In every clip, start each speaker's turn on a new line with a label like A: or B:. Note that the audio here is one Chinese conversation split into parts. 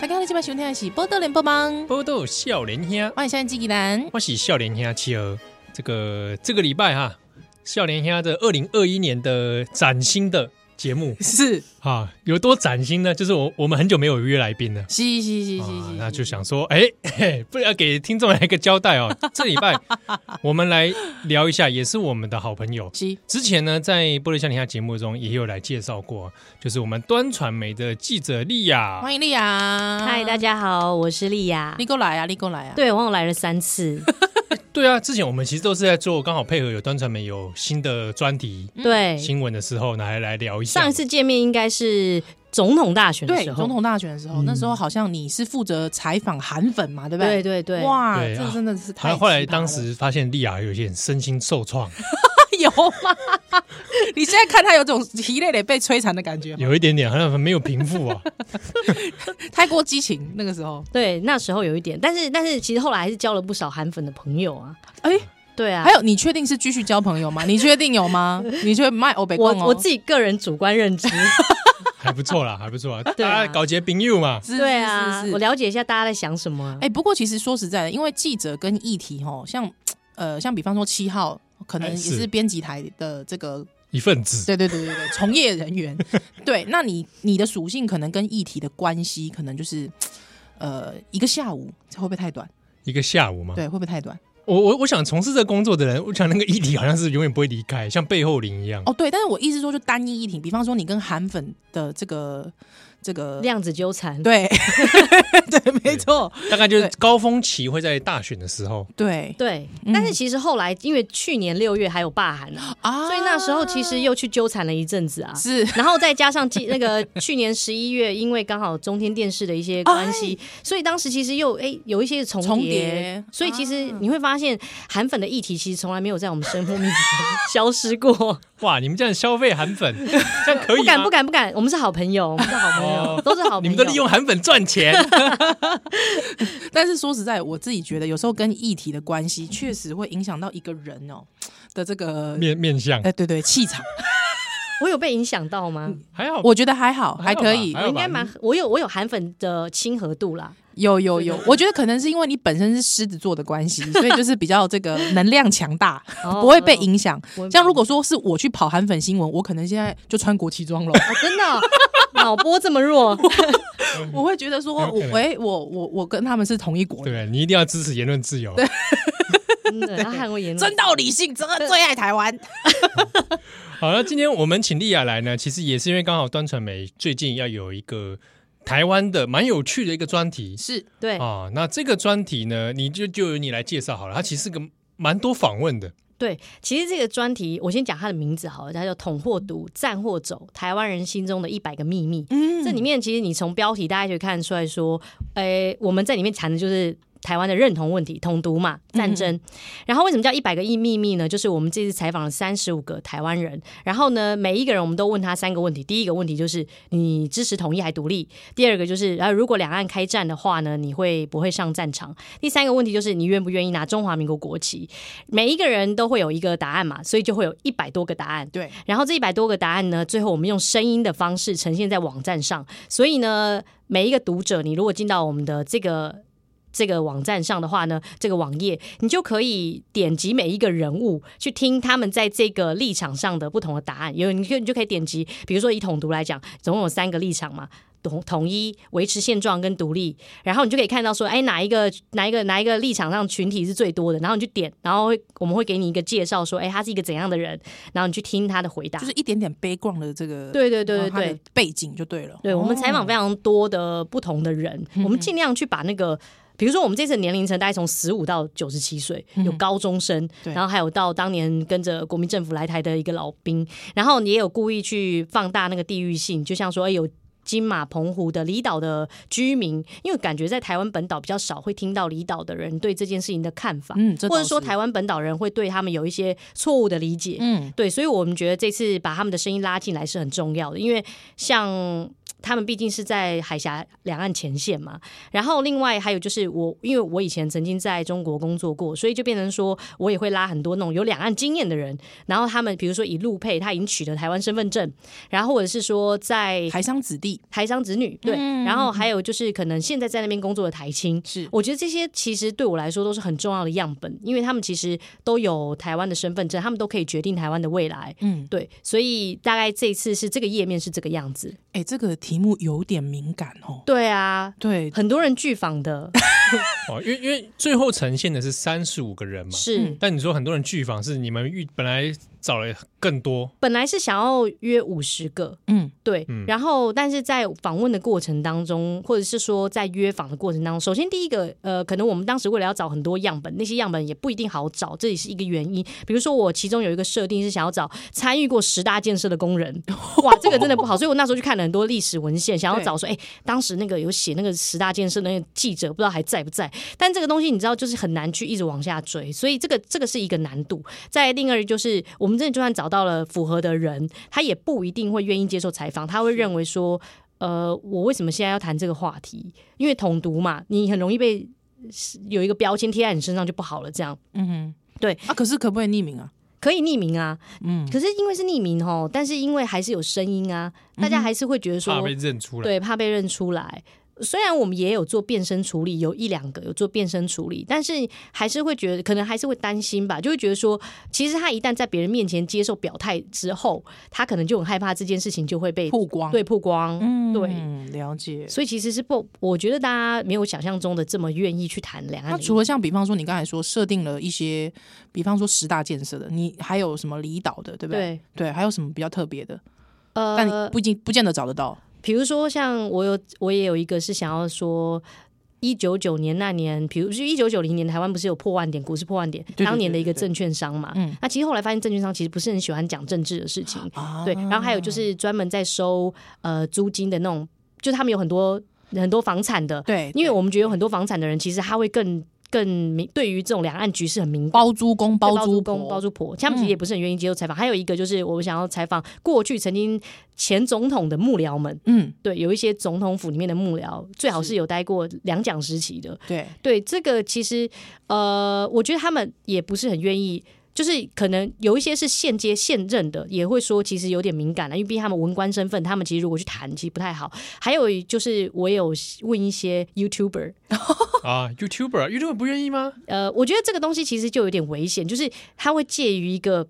A: 大家好，今晚收听的是《波多连播帮》，
B: 波豆笑莲兄，
A: 我是现在纪吉兰。
B: 我是笑莲兄妻儿。这个这个礼拜哈，笑莲兄的二零二一年的崭新的节目
A: 是，
B: 啊，有多崭新呢？就是我我们很久没有约来宾了。
A: 是是是是
B: 啊
A: 是，，
B: 那就是想说，哎、嘿不要给听众来个交代哦。这礼 拜我们来聊一下，也是我们的好朋友。
A: 是
B: 之前呢，在《玻璃夏天下》节目中也有来介绍过，就是我们端传媒的记者莉亚，
A: 欢迎丽雅，
C: 嗨，大，家好，我是丽雅
A: 嗯你。过来啊，你过来啊，，
C: 对，我又来了 三次。
B: 对啊，之前我们其实都是在做，刚好配合有端传媒有新的专题
A: 嗯
C: 对，
B: 新闻的时候，来来聊一下。
C: 哎上一次见面应该是总统大选的
A: 对，
C: 时候。嗯
A: 总统大选的时候，那时候好像你是负责采访韩粉嘛，对不对？
C: 对对对，
A: 哇，
B: 对
A: 这
B: 啊
A: 真的是太
B: 他后来
A: 奇葩
B: 当
A: 了
B: 时发现莉亚有点身心受 创，
A: 有吗？ 你现在看他有种疲累累被摧残的感觉吗，
B: 有一点点好像没有平复 啊。
A: 太过激情那个时候，
C: 对，那时候有一点，但是但是其实后来还是交了不少韩粉的朋友啊。
A: 哎，
C: 对啊，
A: 还有，你确定是继续交朋友吗？你确定有吗？你确定卖欧北
C: 我
A: 共哦？
C: 我自己个人主 观认知，
B: 还不错啦，还不错啊，
C: 对啊
B: 大家搞结朋友嘛，
A: 是
C: 对啊
A: 是是，是
C: 我了解一下大家在想什么啊。
A: 哎、不过其实说实在的，因为记者跟议题吼，像呃，像比方说七号，可能
B: 哎
A: 也
B: 是
A: 是编辑台的这个，
B: 一份子。
A: 对对对对对，从业人 员，对，那你你的属性可能跟议题的关系，可能就是呃，一个下午这会不会太短？
B: 一个下午嘛。
A: 对，会不会太短？
B: 我我我想从事这工作的人，我想那个议题好像是永远不会离开，像背后灵一样。
A: 哦，对，但是我意思说，就单一议题，比方说你跟韩粉的这个这个，
C: 量子纠缠，
A: 对 对，没错，
B: 大概就是
A: 对
B: 高峰期会在大选的时候，
A: 对
C: 对
A: 嗯
C: 但是其实后来因为去年六月还有罢韩啊，
A: 啊，
C: 所以那时候其实又去纠缠了一阵子啊。
A: 是
C: 然后再加上今那个去年十一月，因为刚好中天电视的一些关系，所以当时其实又哎有一些重叠，
A: 重叠
C: 所以其实你会发现韩粉的议题其实从来没有在我们生活面前消失过，
B: 哇！你们这样消费韩 粉，这样可以
C: 不
B: 吗？
C: 敢不敢不敢，我们是好朋友，我们是好朋友
B: 哦，
C: 都是好朋友，
B: 你们都利用韩粉赚钱，
A: 但是说实在，我自己觉得有时候跟议题的关系，确实会影响到一个人哦的这个，
B: 面面相
A: 哎、对对，气 场。
C: 我有被影响到吗？
B: 还好吧。
A: 我觉得还好，还
B: 还好吧
A: 可以
B: 嗯还。
C: 我
B: 好
C: 应该蛮，我有我有韩粉的亲和度啦，
A: 有有有，我觉得可能是因为你本身是狮子座的关系，所以就是比较这个能量强大，
C: 哦
A: 不会被。影响。
C: 我
A: 像如果说是我去跑韩粉新闻，我可能现在就穿国旗装 了，
C: 哦真的哦脑波这么弱，
A: 我会觉得说，
B: 有可
A: 我
B: 能
A: 喂，我我我跟他们是同一国的，
B: 对你一定要支持言论自由。
C: 真的，嗯他韩国言论
A: 真道理性，真的最爱台湾。
B: 好，那今天我们请莉亚来呢，其实也是因为刚好端传媒最近要有一个台湾的蛮有趣的一个专题
A: 是
C: 对
B: 啊。那这个专题呢，你就就由你来介绍好了。它其实是个蛮多访问的，
C: 对，其实这个专题，我先讲它的名字好了，它叫“捅或毒，战或走：台湾人心中的一百个秘密”
A: 嗯
C: 这里面其实你从标题大家就看出来说，诶、我们在里面谈的就是。台湾的认同问题，统独嘛，战争。然后为什么叫一百个亿秘密呢？就是我们这次采访了三十五个台湾人，然后呢，每一个人我们都问他三个问题。第一个问题就是你支持统一还独立？第二个就是，然后如果两岸开战的话呢，你会不会上战场？第三个问题就是你愿不愿意拿中华民国国旗？每一个人都会有一个答案嘛，所以就会有一百多个答案。
A: 对，
C: 然后这一百多个答案呢，最后我们用声音的方式呈现在网站上。所以呢，每一个读者，你如果进到我们的这个这个网站上的话呢，这个网页你就可以点击每一个人物去听他们在这个立场上的不同的答案。有你就你就可以点击，比如说以统独来讲，总共有三个立场嘛。统统一、维持现状跟独立，然后你就可以看到说，哎，哪一个哪一个哪一个立场上群体是最多的，然后你就点，然后会我们会给你一个介绍，说，哎，他是一个怎样的人，然后你去听他的回答，
A: 就是一点点悲观的这个，
C: 对对对
A: 然
C: 对
A: 后它的
C: 对，
A: 背景就对了。
C: 对我们采访非
A: 哦嗯
C: 常多的不同的人，我们尽量去把那个。比如说，我们这次的年龄层大概从十五到九十七岁，有高中生，
A: 嗯对
C: 然后还有到当年跟着国民政府来台的一个老兵，然后也有故意去放大那个地域性，就像说哎有金马、澎湖的离岛的居民，因为感觉在台湾本岛比较少会听到离岛的人对这件事情的看法，
A: 嗯，这
C: 或者
A: 倒
C: 说
A: 是
C: 台湾本岛人会对他们有一些错误的理解，
A: 嗯
C: 对，所以我们觉得这次把他们的声音拉进来是很重要的，因为像他们毕竟是在海峡两岸前线嘛。然后另外还有就是我，因为我以前曾经在中国工作过，所以就变成说我也会拉很多那种有两岸经验的人，然后他们比如说以陆配，他已经取得台湾身份证，然后或者是说在
A: 台商子弟
C: 台商子女对，
A: 嗯
C: 然后还有就是可能现在在那边工作的台青，
A: 是
C: 我觉得这些其实对我来说都是很重要的样本，因为他们其实都有台湾的身份证，他们都可以决定台湾的未来。
A: 嗯，
C: 对，所以大概这一次是这个页面是这个样子。
A: 哎、这个题目有点敏感哦。
C: 对啊，
A: 对，
C: 很多人拒访的
B: 哦，因为因为最后呈现的是三十五个人嘛，
C: 是
A: 嗯，
B: 但你说很多人拒访是你们预本来找了更多，
C: 本来是想要约五十个，
A: 嗯，
C: 对，
B: 嗯
C: 然后但是在访问的过程当中，或者是说在约访的过程当中，首先第一个，呃，可能我们当时为了要找很多样本，那些样本也不一定好找，这也是一个原因。比如说我其中有一个设定是想要找参与过十大建设的工人，哇，这个真的不好，所以我那时候去看了很多历史文献，想要找说，哎，当时那个有写那个十大建设的那个记者，不知道还在不在？但这个东西你知道，就是很难去一直往下追，所以这个这个是一个难度。再另外就是，我们真的就算找到了符合的人，他也不一定会愿意接受采访，他会认为说，呃，我为什么现在要谈这个话题？因为统独嘛，你很容易被有一个标签贴在你身上就不好了，这样。
A: 啊，可是可不可以匿名啊？
C: 可以匿名啊，
A: 嗯，
C: 可是因为是匿名哦，但是因为还是有声音啊，大家还是会觉得说，
B: 怕被认出来。
C: 对，怕被认出来。虽然我们也有做变声处理，有一两个有做变声处理，但是还是会觉得，可能还是会担心吧，就会觉得说，其实他一旦在别人面前接受表态之后，他可能就很害怕这件事情就会被
A: 曝光，
C: 对曝光。
A: 嗯，
C: 对
A: 了解。
C: 所以其实是不，我觉得大家没有想象中的这么愿意去谈两岸
A: 那
C: 的议
A: 除了像比方说你刚才说设定了一些，比方说十大建设的，你还有什么离岛的，对不对？
C: 对，
A: 对，还有什么比较特别的？但你
C: 呃，
A: 不一定不见得找得到。
C: 比如说像我有我也有一个是想要说。一九九年那年，比如就一九九零年，台湾不是有破万点股市破万点，
A: 对
C: 当年的一个
A: 对对
C: 证券商嘛。
A: 嗯
C: 那其实后来发现，证券商其实不是很喜欢讲政治的事情。
A: 啊
C: 对，然后还有就是专门在收呃租金的那种，就是他们有很多很多房产的，
A: 对，
C: 因为我们觉得有很多房产的人，其实他会更更敏对于这种两岸局势很敏感。
A: 包租公、
C: 对
A: 包租
C: 公、
A: 婆、
C: 包租婆，他们其实也不是很愿意接受采访。还有一个就是，我们想要采访过去曾经前总统的幕僚们，
A: 嗯，
C: 对，有一些总统府里面的幕僚，最好是有待过两蒋时期的，
A: 对，
C: 对这个其实呃，我觉得他们也不是很愿意。就是可能有一些是现接现任的，也会说其实有点敏感了，因为毕竟他们文官身份，他们其实如果去谈，其实不太好。还有就是我有问一些 YouTuber，
B: 啊，YouTuber，YouTuber 不愿意吗？
C: 呃，我觉得这个东西其实就有点危险，就是他会介于一个，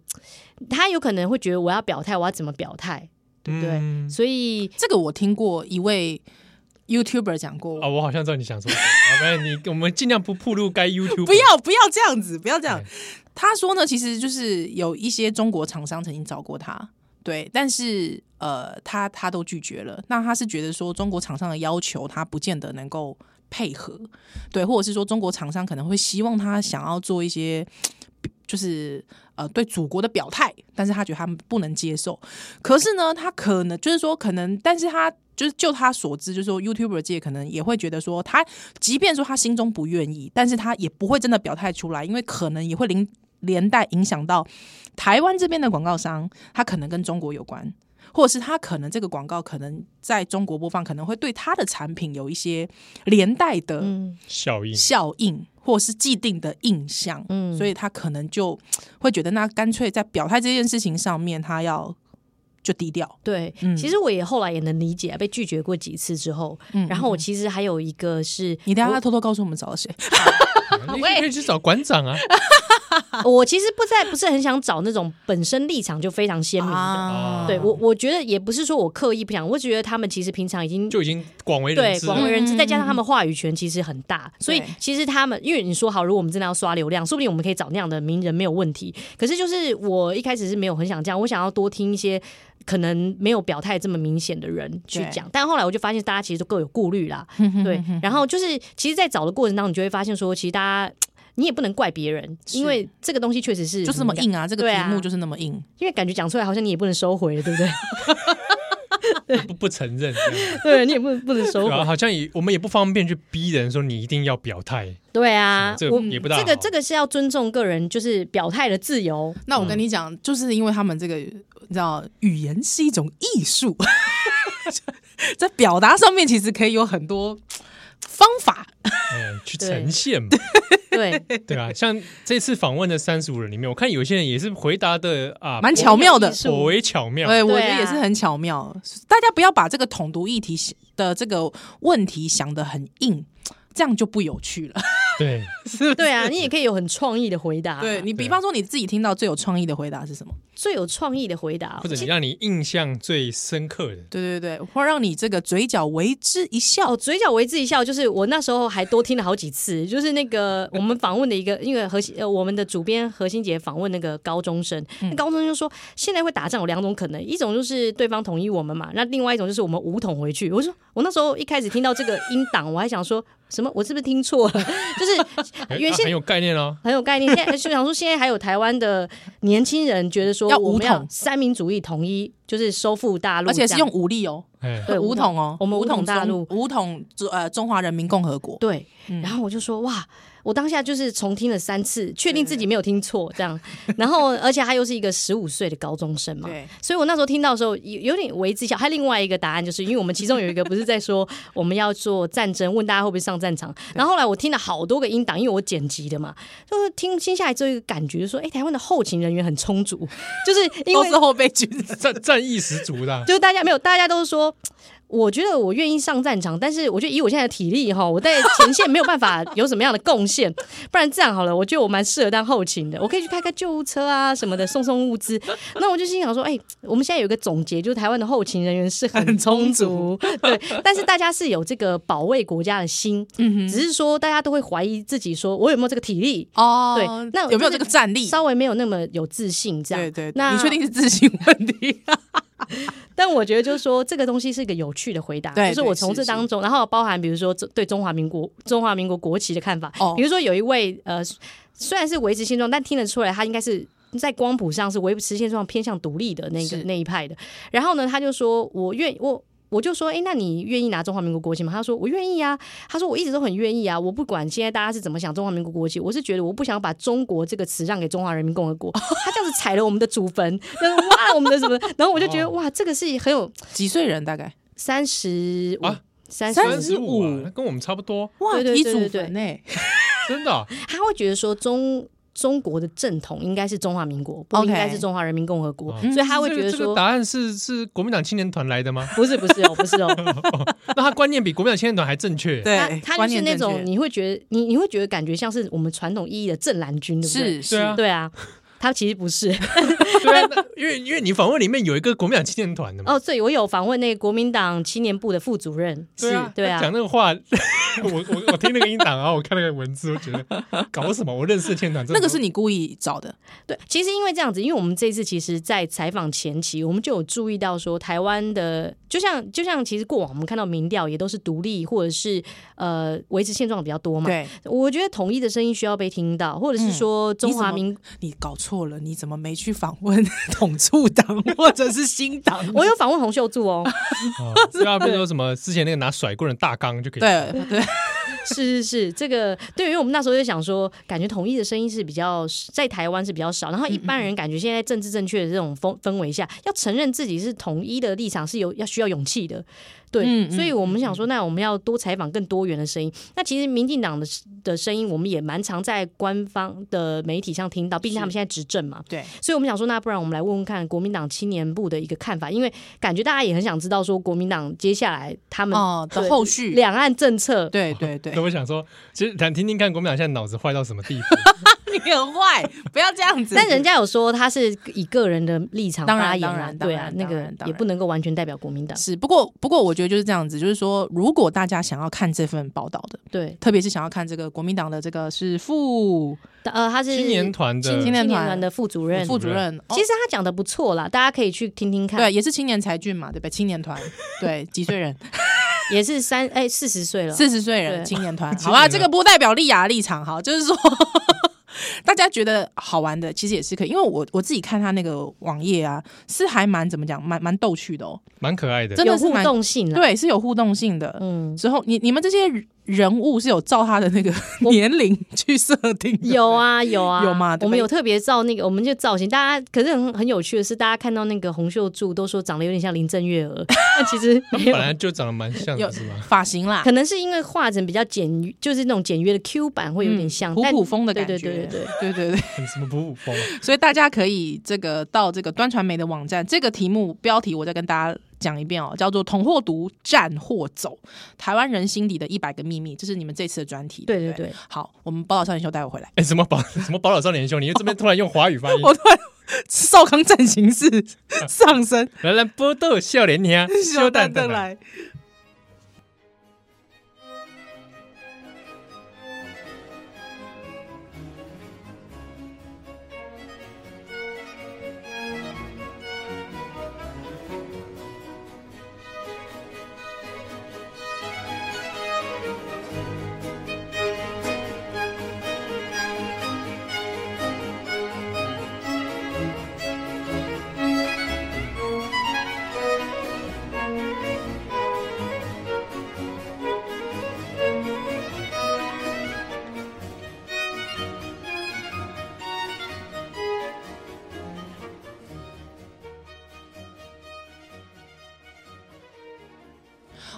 C: 他有可能会觉得我要表态，我要怎么表态，对不对？
B: 嗯
C: 所以
A: 这个我听过一位 YouTuber 讲过。
B: 啊，我好像知道你想说什么。啊，没有你，我们尽量不暴露该 YouTube。
A: 不要不要这样子，不要这样
B: 哎。
A: 他说呢，其实就是有一些中国厂商曾经找过他，对，但是呃，他他都拒绝了。那他是觉得说中国厂商的要求，他不见得能够配合，对，或者是说中国厂商可能会希望他想要做一些。就是呃对祖国的表态，但是他觉得他们不能接受。可是呢，他可能就是说可能，但是他就是就他所知，就是说 YouTuber 界可能也会觉得说他，即便说他心中不愿意，但是他也不会真的表态出来，因为可能也会连连带影响到台湾这边的广告商，他可能跟中国有关。或者是他可能这个广告可能在中国播放，可能会对他的产品有一些连带的
C: 嗯
B: 效应，
A: 效应或是既定的印象，
C: 嗯
A: 所以他可能就会觉得，那干脆在表态这件事情上面，他要就低调。
C: 对，
A: 嗯
C: 其实我也后来也能理解，啊被拒绝过几次之后，
A: 嗯
C: 然后我其实还有一个是，
A: 你等一下偷偷告诉我们找谁？
B: 你可以可以去找馆长啊。
C: 我其实不在不是很想找那种本身立场就非常鲜明的，
B: 啊
C: 对我我觉得也不是说我刻意不想，我只觉得他们其实平常已经
B: 就已经广为人
C: 对
B: 知啊
C: 广
B: 了。
C: 为人知，
A: 嗯
C: 再加上他们话语权其实很大，所以其实他们，因为你说好，如果我们真的要刷流量，说不定我们可以找那样的名人没有问题。可是就是我一开始是没有很想这样，我想要多听一些可能没有表态这么明显的人去
A: 对
C: 讲，但后来我就发现大家其实都各有顾虑 啦，对
A: 对，
C: 然后就是其实，在找的过程当中，你就会发现说，其实大家你也不能怪别人，因为这个东西确实是
A: 就是那么硬啊，这个
C: 对
A: 题
C: 啊
A: 目就是那么硬。
C: 因为感觉讲出来好像你也不能收回，对不 对？
B: 不不承认这 样，
C: 对你也不能不能收
B: 然
C: 回
B: 后，好像也我们也不方便去逼人说你一定要表态，
C: 对啊，
B: 这个
C: 我
B: 也不大好
C: 这个这个是要尊重个人就是表态的自 由，
A: 那我跟你讲，就是因为他们这个，你知道，语言是一种艺术， 在表达上面其实可以有很多方法。
B: 哎，去
C: 对
B: 呈现 嘛，
C: 对，
B: 对啊，像这次访问的三十五人里面，我看有些人也是回答的啊，
A: 蛮巧妙的
C: 艺术
B: 颇为巧妙，
A: 对，我觉
C: 对
A: 得
C: 啊
A: 也是很巧妙。大家不要把这个统独议题的这个问题想得很硬，这样就不有趣了。
B: 对，
C: 对啊，你也可以有很创意的回答、
A: 对你，
B: 对
A: 比
B: 啊
A: 方说你自己听到最有创意的回答是什么？
C: 最有创意的回答，
B: 或者
C: 其
B: 你
C: 实
B: 让你印象最深刻的，
A: 对对对，或让你这个嘴角为之一笑
C: 哦，。嘴角为之一笑，就是我那时候还多听了好几次，就是那个我们访问的一个，因为核心呃我们的主编何心杰访问那个高中生，
B: 嗯
C: 那高中生就说现在会打仗有两种可能，一种就是对方统一我们嘛，那另外一种就是我们武统回去。我说我那时候一开始听到这个音档，我还想说什么，我是不是听错了？ 就是
B: 哎
C: 原
B: 啊
C: 先
B: 很有概念哦，
C: 很有概念。现在 就想说，现在还有台湾的年轻人觉得说，
A: 要
C: 我们
A: 武统
C: 要三民主义统一，就是收复大陆
A: 而
C: 这样，
A: 且是用武力哦，
B: 哎，
C: 对
A: 武统哦，
C: 我们武统大陆
A: 中武统中呃中华人民共和国。
C: 对。然后我就说，哇，我当下就是重听了三次，确定自己没有听错，这样。然后，而且他又是一个十五岁的高中生嘛，
A: 对，
C: 所以我那时候听到的时候有有点为之一笑。还有另外一个答案，就是因为我们其中有一个不是在说我们要做战争，问大家会不会上战场。然后后来我听了好多个音档，因为我剪辑的嘛，就是听听下来之后有一个感觉，就是说，哎，台湾的后勤人员很充足，就是因
A: 都
C: 为
A: 是后备军人。
B: 战战意十足 的啊，
C: 就是大家没有，大家都说。我觉得我愿意上战场，但是我觉得以我现在的体力哈，我在前线没有办法有什么样的贡献。不然这样好了，我觉得我蛮适合当后勤的，我可以去开开救护车啊什么 的，送送物资。那我就心想说，哎、我们现在有一个总结，就是台湾的后勤人员是很充足， 对。但是大家是有这个保卫国家的心，只是说大家都会怀疑自己说我有没有这个体力，
A: 哦，
C: 对那
A: 有没有
C: 就是
A: 这个战力？
C: 稍微没有那么有自信这样。
A: 对对，对
C: 那
A: 你确定是自信问 题？
C: 但我觉得就是说，这个东西是一个有趣的回答，
A: 对
C: 就是我从这当中，然后包含比如说这对中华民国中华民国国旗的看法，
A: 哦
C: 比如说有一位呃，虽然是维持现状，但听得出来他应该是。在光谱上是维持现状偏向独立的那个
A: 是
C: 那一派的，然后呢，他就说我愿我我就说，哎、那你愿意拿中华民国国旗吗？他说我愿意啊，他说我一直都很愿意啊，我不管现在大家是怎么想中华民国国旗，我是觉得我不想把中国这个词让给中华人民共和国， 他这样子踩了我们的祖坟，然后挖了我们的什么，然后我就
B: 哦
C: 觉得哇，这个是很有
A: 几岁人大概？
C: 三十五
B: 啊，
C: 三十
B: 三
C: 五，
B: 十五啊
A: 35，
B: 那跟我们差不多，
A: 哇，
C: 对对
A: 提
C: 对
A: 祖
C: 对对
A: 坟欸呢？
B: 真的啊，
C: 他会觉得说中。中国的正统应该是中华民国，不
A: OK
C: 应该是中华人民共和国
B: 哦
C: 所以他会
B: 这
C: 觉
B: 个
C: 得
B: 这个
C: 说，
B: 答案是是国民党青年团来的吗？
C: 不是不是哦，不是 哦，
B: 那他观念比国民党青年团还正确，
C: 他他
A: 观
C: 就是
A: 念
C: 那
A: 正
C: 种
A: 确
C: 你会觉得你你会觉得感觉像是我们传统意义的正蓝军，对不对？
A: 是
B: 对啊
A: 是，
C: 对啊，他其实不是
B: 对 啊，那因为因为你访问里面有一个国民党青年团的嘛，
C: 哦，对，我有访问那个国民党青年部的副主任，
B: 对啊
C: 是，对
B: 他
C: 啊
B: 讲，那个话， 我我我听那个音档啊，然后我看那个文字，我觉得搞什么？我认识的青年团，
A: 那个是你故意找的，
C: 对，其实因为这样子，因为我们这次其实，在采访前期，我们就有注意到说，台湾的就像就像其实过往我们看到民调也都是独立或者是呃维持现状比较多嘛。
A: 对嗯
C: 我觉得统一的声音需要被听到，或者是说中华民，
A: 你搞错了，你怎么没去访问 统促党或者是新党？
C: 我有访问洪秀柱哦，
B: 啊，对啊，不是说什么之前那个拿甩棍的大纲就可 以，
A: 对对，
C: 是是是，这个对，因为我们那时候就想说，感觉统一的声音是比较在台湾是比较少，然后一般
A: 嗯
C: 人感觉现在政治正确的这种氛氛围下，要承认自己是统一的立场是有要需要勇气的，对，
A: 嗯嗯
C: 所以我们想说，那我们要多采访更多元的声音。那其实民进党的的声音，我们也蛮常在官方的媒体上听到，毕竟他们现在执政嘛，
A: 对，
C: 所以我们想说，那不然我们来问问看国民党青年部的一个看法，因为感觉大家也很想知道说国民党接下来他们
A: 哦的后续，
C: 两岸政策
A: 对对对
B: 那，我想说，其实想听听看国民党现在脑子坏到什么地步。
A: 你很坏，不要这样子。
C: 但人家有说他是以个人的立场
A: 当然
C: 发言
A: 当
C: 啊，
A: 然
C: 对
A: 当
C: 啊，
A: 然
C: 那
A: 当
C: 个
A: 然当
C: 也
A: 然
C: 不能够完全代表国民党，
A: 是，不过不过，我觉得就是这样子，就是说，如果大家想要看这份报道的，
C: 对，
A: 特别是想要看这个国民党的这个是副
C: 呃，他是
B: 青年团的
C: 青
A: 青年团
C: 团的副主任。
A: 副主任，
C: 其
A: 哦、
C: 实他讲的不错啦，大家可以去听听看。
A: 对，也是青年才俊嘛，对不对？青年团， 对，几岁人？
C: 也是三哎四十岁了，
A: 四十岁人
C: 对
A: 青年 团，
B: 青
A: 好吧，
B: 年
A: 这个不代表丽雅的立场，好，就是说 大家觉得好玩的，其实也是可以，因为我我自己看他那个网页啊，是还蛮怎么讲，蛮蛮逗趣的哦，
B: 蛮可爱的
A: 真。的
C: 有
A: 是
C: 互
A: 蛮
C: 动性啦。
A: 对，是有互动性的。
C: 嗯，
A: 之后，你你们这些人物是有照他的那个 年龄去设定的，
C: 有啊，有啊，
A: 有嘛对吧
C: 我们有特别照那个，我们就造型，大家可是很很有趣的是，大家看到那个洪秀柱都说长得有点像林郑月 娥，但其实没
B: 本
C: 有，
B: 来就长得蛮像的，是吗？
A: 发型啦，
C: 可能是因为画成比较简约，就是那种简约的 Q 版会有点像，
A: 嗯普
C: 但
A: 普风的感觉，
C: 对对对对对。
A: 对对对，
B: 什么普普风啊？
A: 所以大家可以这个到这个端传媒的网站，这个题目标题我再跟大家讲一遍哦，叫做“同或读，战或走：台湾人心底的一百个秘密”，这是你们这次的专题。
C: 对
A: 对
C: 对
A: 不
C: 对，
A: 好，我们报道少年秀待会回来。
B: 哎，什么宝什么宝岛少年兄，你这边突然用华语发音，
A: 我突然少康战形式上升，
B: 来来波豆笑脸你啊，
A: 修蛋蛋
B: 蛋蛋。
A: 来。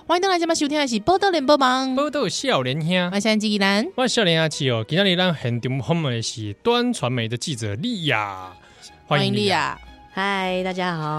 A: 欢迎登来今晚收听的是《波多连播忙》，
B: 波豆笑脸兄
A: 我，是安吉兰。
B: 我笑脸阿七哦，今天咱很场访问的是端传媒的记者莉亚，欢迎莉啊
A: 莉
B: 亚。
A: 亚，
C: 嗨，大家 好，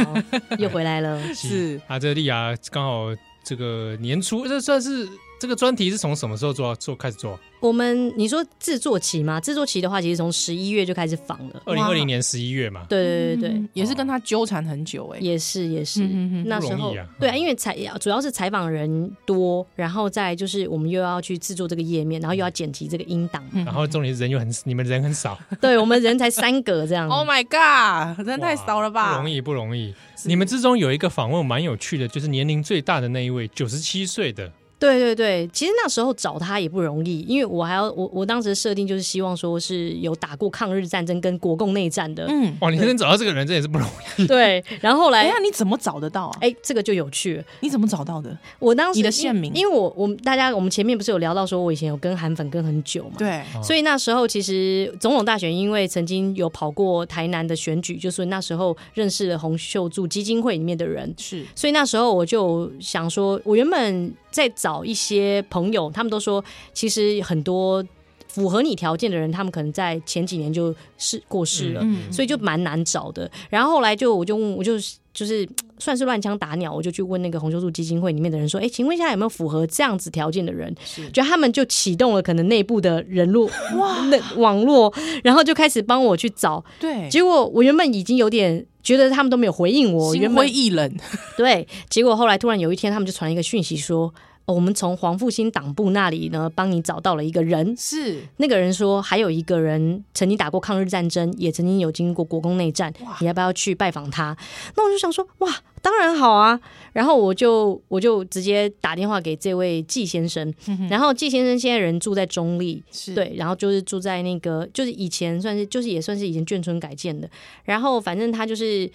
C: 又回来了。
A: 是
B: 啊，这个莉亚刚好这个年初，这算是这个专题是从什么时候做到做开始做？
C: 我们你说制作期吗？制作期的话，其实从十一月就开始仿了。
B: 二零二零年十一月嘛，
C: 对对对对对，
A: 嗯也是跟他纠缠很久哎、
C: 也是也是。
A: 嗯嗯嗯
C: 那
B: 不
C: 时
B: 容
C: 候
B: 易啊
C: 对啊，因为采主要是采访人多，然后再来就是我们又要去制作这个页面，然后又要剪辑这个音 档。
A: 嗯
B: 然后重点是人又很，你们人很少，
C: 对我们人才三个这样。
A: Oh my god，真的太少了
B: 哇
A: 吧？
B: 不容易不容易。你们之中有一个访问蛮有趣的，就是年龄最大的那一位，九十七岁的，
C: 对对对，其实那时候找他也不容易，因为我还要我我当时的设定就是希望说是有打过抗日战争跟国共内战的，
A: 嗯，
B: 哇，你能找到这个人，这也是不容易。
C: 对。然后后
A: 哎
C: 来
A: 呀，，你怎么找得到啊？
C: 哎，这个就有趣了。
A: 你怎么找到的？
C: 我当时
A: 你的县名
C: 因因为我我们大家我们前面不是有聊到说我以前有跟韩粉跟很久嘛，
A: 对，
C: 所以那时候其实总统大选，因为曾经有跑过台南的选举，就是那时候认识了洪秀柱基金会里面的人，
A: 是
C: 所以那时候我就想说，我原本在找一些朋友，他们都说其实很多符合你条件的人，他们可能在前几年就是过世了。
A: 嗯
C: 所以就蛮难找的。然后后来就我就问，我就就是算是乱枪打鸟，我就去问那个红修树基金会里面的人说：“哎，请问一下有没有符合这样子条件的人？”
A: 是
C: 就他们就启动了可能内部的人络哇网络，然后就开始帮我去找。
A: 对，
C: 结果我原本已经有点觉得他们都没有回应我，原
A: 心
C: 本
A: 灰意冷，
C: 对，结果后来突然有一天，他们就传了一个讯息说。哦我们从黄复兴党部那里呢，帮你找到了一个人。
A: 是
C: 那个人说，还有一个人曾经打过抗日战争，也曾经有经过国共内战
A: 哇，
C: 你要不要去拜访他？那我就想说，哇，当然好啊。然后我就我就直接打电话给这位季先生，然后季先生现在人住在中立，
A: 嗯是，
C: 对，然后就是住在那个，就是以前算是，就是也算是以前眷村改建的。然后反正他就是，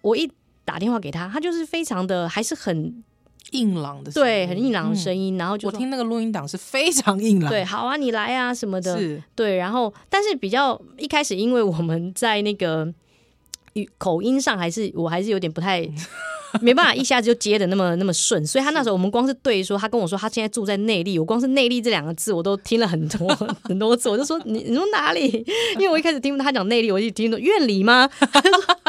C: 我一打电话给他，他就是非常的，还是很
A: 硬朗的声音，
C: 对，很硬朗的声
A: 音。
C: 音。然后
A: 嗯
C: 就
A: 我
C: 说
A: 听那个录音档是非常硬朗，
C: 对，，好啊，你来啊什么的，
A: 是
C: 对。然后但是比较一开始，因为我们在那个语口音上，还是我还是有点不太。没办法一下子就接的那么那么顺，所以他那时候我们光是对说，他跟我说他现在住在内力，我光是内力这两个字我都听了很多 很多次，我就说你你说哪里？因为我一开始听他讲内力，我就听到院里吗？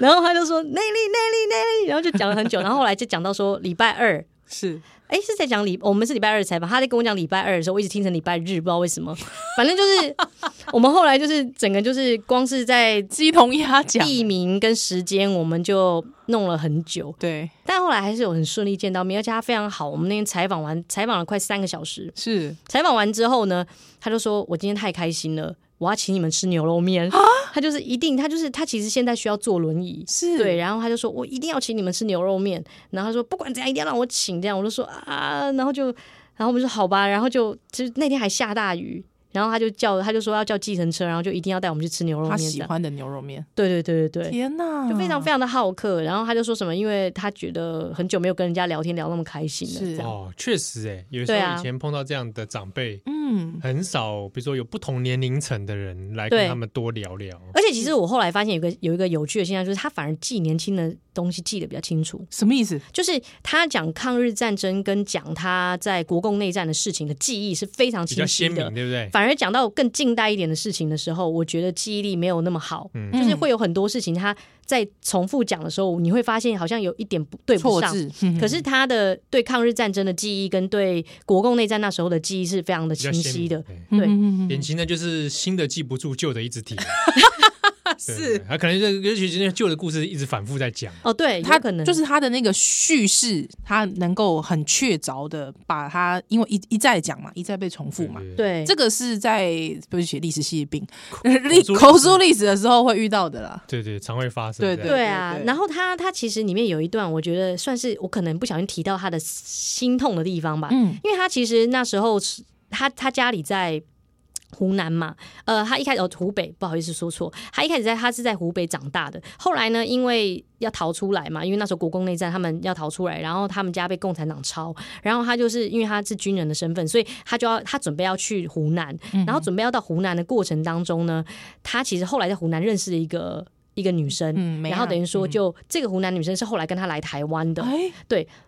C: 然后他就说内力内力内力，然后就讲了很久，然后后来就讲到说礼拜二
A: 是，
C: 哎，是在讲礼，我们是礼拜二的采访。他在跟我讲礼拜二的时候，我一直听成礼拜日，不知道为什么。反正就是 我们后来就是整个就是光是在
A: 鸡同鸭讲，
C: 地名跟时间，我们就弄了很久。
A: 对，
C: 但后来还是有很顺利见到面，而且他非常好。我们那天采访完，采访了快三个小时。
A: 是
C: 采访完之后呢，他就说：“我今天太开心了，我要请你们吃牛肉面。”他就是一定，他就是他其实现在需要坐轮椅，
A: 是，
C: 对，，然后他就说我一定要请你们吃牛肉面，然后他说不管怎样一定要让我请，这样我就说啊，然后就，然后我们就说好吧，然后就其实那天还下大雨，然后他就叫，他就说要叫计程车，然后就一定要带我们去吃牛肉
A: 他
C: 面。这
A: 喜
C: 样
A: 欢的牛肉面，
C: 对对对对对，
A: 天啊哪，
C: 就非常非常的好客。然后他就说什么，因为他觉得很久没有跟人家聊天聊那么开心了，
A: 是
C: 这样
B: 哦，确实哎，有时
C: 对
B: 候
C: 啊
B: 以前碰到这样的长辈，
A: 嗯，
B: 很少，比如说有不同年龄层的人来
C: 对
B: 跟他们多聊聊。
C: 而且其
A: 嗯
C: 实我后来发现有个有一个有趣的现象，就是他反而记年轻的东西记得比较清楚。
A: 什么意思？
C: 就是他讲抗日战争跟讲他在国共内战的事情的记忆是非常
B: 比较
C: 清晰
B: 鲜
C: 的
B: 明，，对不对？
C: 反而讲到更近代一点的事情的时候，我觉得记忆力没有那么好。
B: 嗯
C: 就是会有很多事情，他在重复讲的时候，你会发现好像有一点不对不
A: 错
C: 上。
A: 字，嗯
C: 可是他的对抗日战争的记忆跟对国共内战那时候的记忆是非常的
B: 比较
C: 清
B: 鲜
C: 晰
B: 明
C: 的。。
B: 对
A: 嗯
C: 对
A: 嗯嗯嗯
B: 典型的就是新的记不住，旧的一 直提。对
A: 是，
B: 他可能这尤其是旧的故事一直反复在讲。
C: 哦，对，
A: 他
C: 有可能
A: 就是他的那个叙事，他能够很确凿的把它，因为一一再讲嘛，一再被重复嘛。
B: 对，
C: 对
A: 这个是在对不起历史系的病，历
B: 历史
A: 口述历史的时候会遇到的啦。
B: 对对，常会发生。
A: 对
B: 这样
C: 对啊
A: 对对，对
C: 然后他他其实里面有一段，我觉得算是我可能不小心提到他的心痛的地方吧，
A: 嗯
C: 因为他其实那时候是他他家里在湖南嘛，呃，他一开始哦湖北，不好意思说错，他一开始在他是在湖北长大的，后来呢，因为要逃出来嘛，因为那时候国共内战他们要逃出来，然后他们家被共产党抄，然后他就是因为他是军人的身份，所以他就要他准备要去湖南，
A: 嗯
C: 然后准备要到湖南的过程当中呢，他其实后来在湖南认识了一个一个女生。
A: 嗯，
C: 然后等于说
A: 嗯
C: 就，这个湖南女生是后来跟他来台湾的，
A: 哎，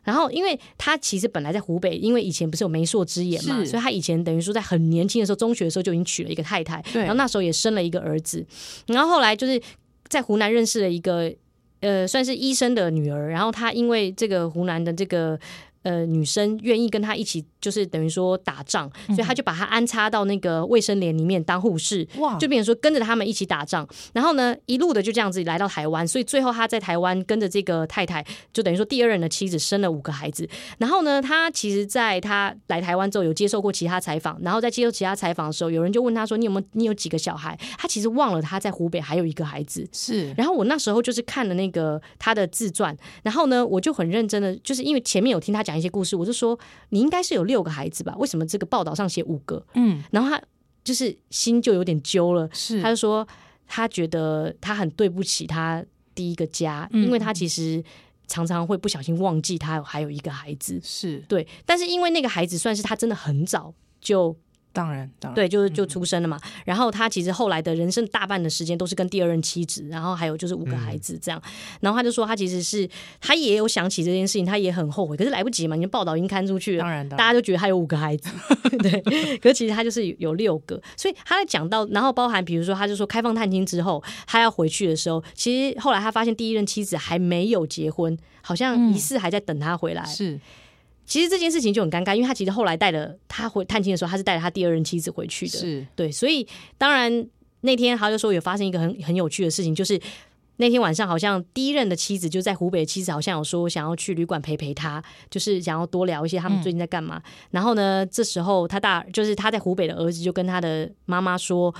C: 然后，因为他其实本来在湖北，因为以前不是有媒妁之言嘛，
A: 是
C: 所以他以前等于说在很年轻的时候，中学的时候就已经娶了一个太太，
A: 对
C: 然后那时候也生了一个儿子，然后后来就是在湖南认识了一个呃，算是医生的女儿，然后他因为这个湖南的这个。呃，女生愿意跟他一起，就是等于说打仗，所以他就把他安插到那个卫生连里面当护士，
A: 哇，
C: 就变成说跟着他们一起打仗，然后呢，一路的就这样子来到台湾，所以最后他在台湾跟着这个太太，就等于说第二任的妻子生了五个孩子。然后呢，他其实在他来台湾之后有接受过其他采访，然后在接受其他采访的时候，有人就问他说：“你有没有你有几个小孩？”他其实忘了他在湖北还有一个孩子。
A: 是
C: 然后我那时候就是看了那个他的自传，然后呢，我就很认真的，就是因为前面有听他讲一些故事，我就说你应该是有六个孩子吧？为什么这个报道上写五个？
A: 嗯
C: 然后他就是心就有点揪了，
A: 是
C: 他就说他觉得他很对不起他第一个家，
A: 嗯
C: 因为他其实常常会不小心忘记他有还有一个孩子。
A: 是，
C: 对，但是因为那个孩子算是他真的很早就
A: 当然当然，
C: 对，就是就出生了嘛。然后他其实后来的人生大半的时间都是跟第二任妻子，然后还有就是五个孩子这
A: 嗯
C: 样。然后他就说他其实是他也有想起这件事情，他也很后悔，可是来不及嘛，你的报道已经刊出去了
A: 当。然当
C: 大
A: 然
C: 家就觉得他有五个孩子，对，可是其实他就是有有六个，所以他在讲到，然后包含比如说，他就说开放探亲之后，他要回去的时候，其实后来他发现第一任妻子还没有结婚，好像疑似还在等他回来。
A: 是
C: 其实这件事情就很尴尬，因为他其实后来带了他回探亲的时候，他是带着他第二任妻子回去的，
A: 是
C: 对，所以当然那天他就说有发生一个很很有趣的事情，就是。那天晚上，好像第一任的妻子就在湖北，的妻子好像有说想要去旅馆陪陪他，就是想要多聊一些他们最近在干嘛。然后呢，这时候他大就是他在湖北的儿子就跟他的妈妈说：“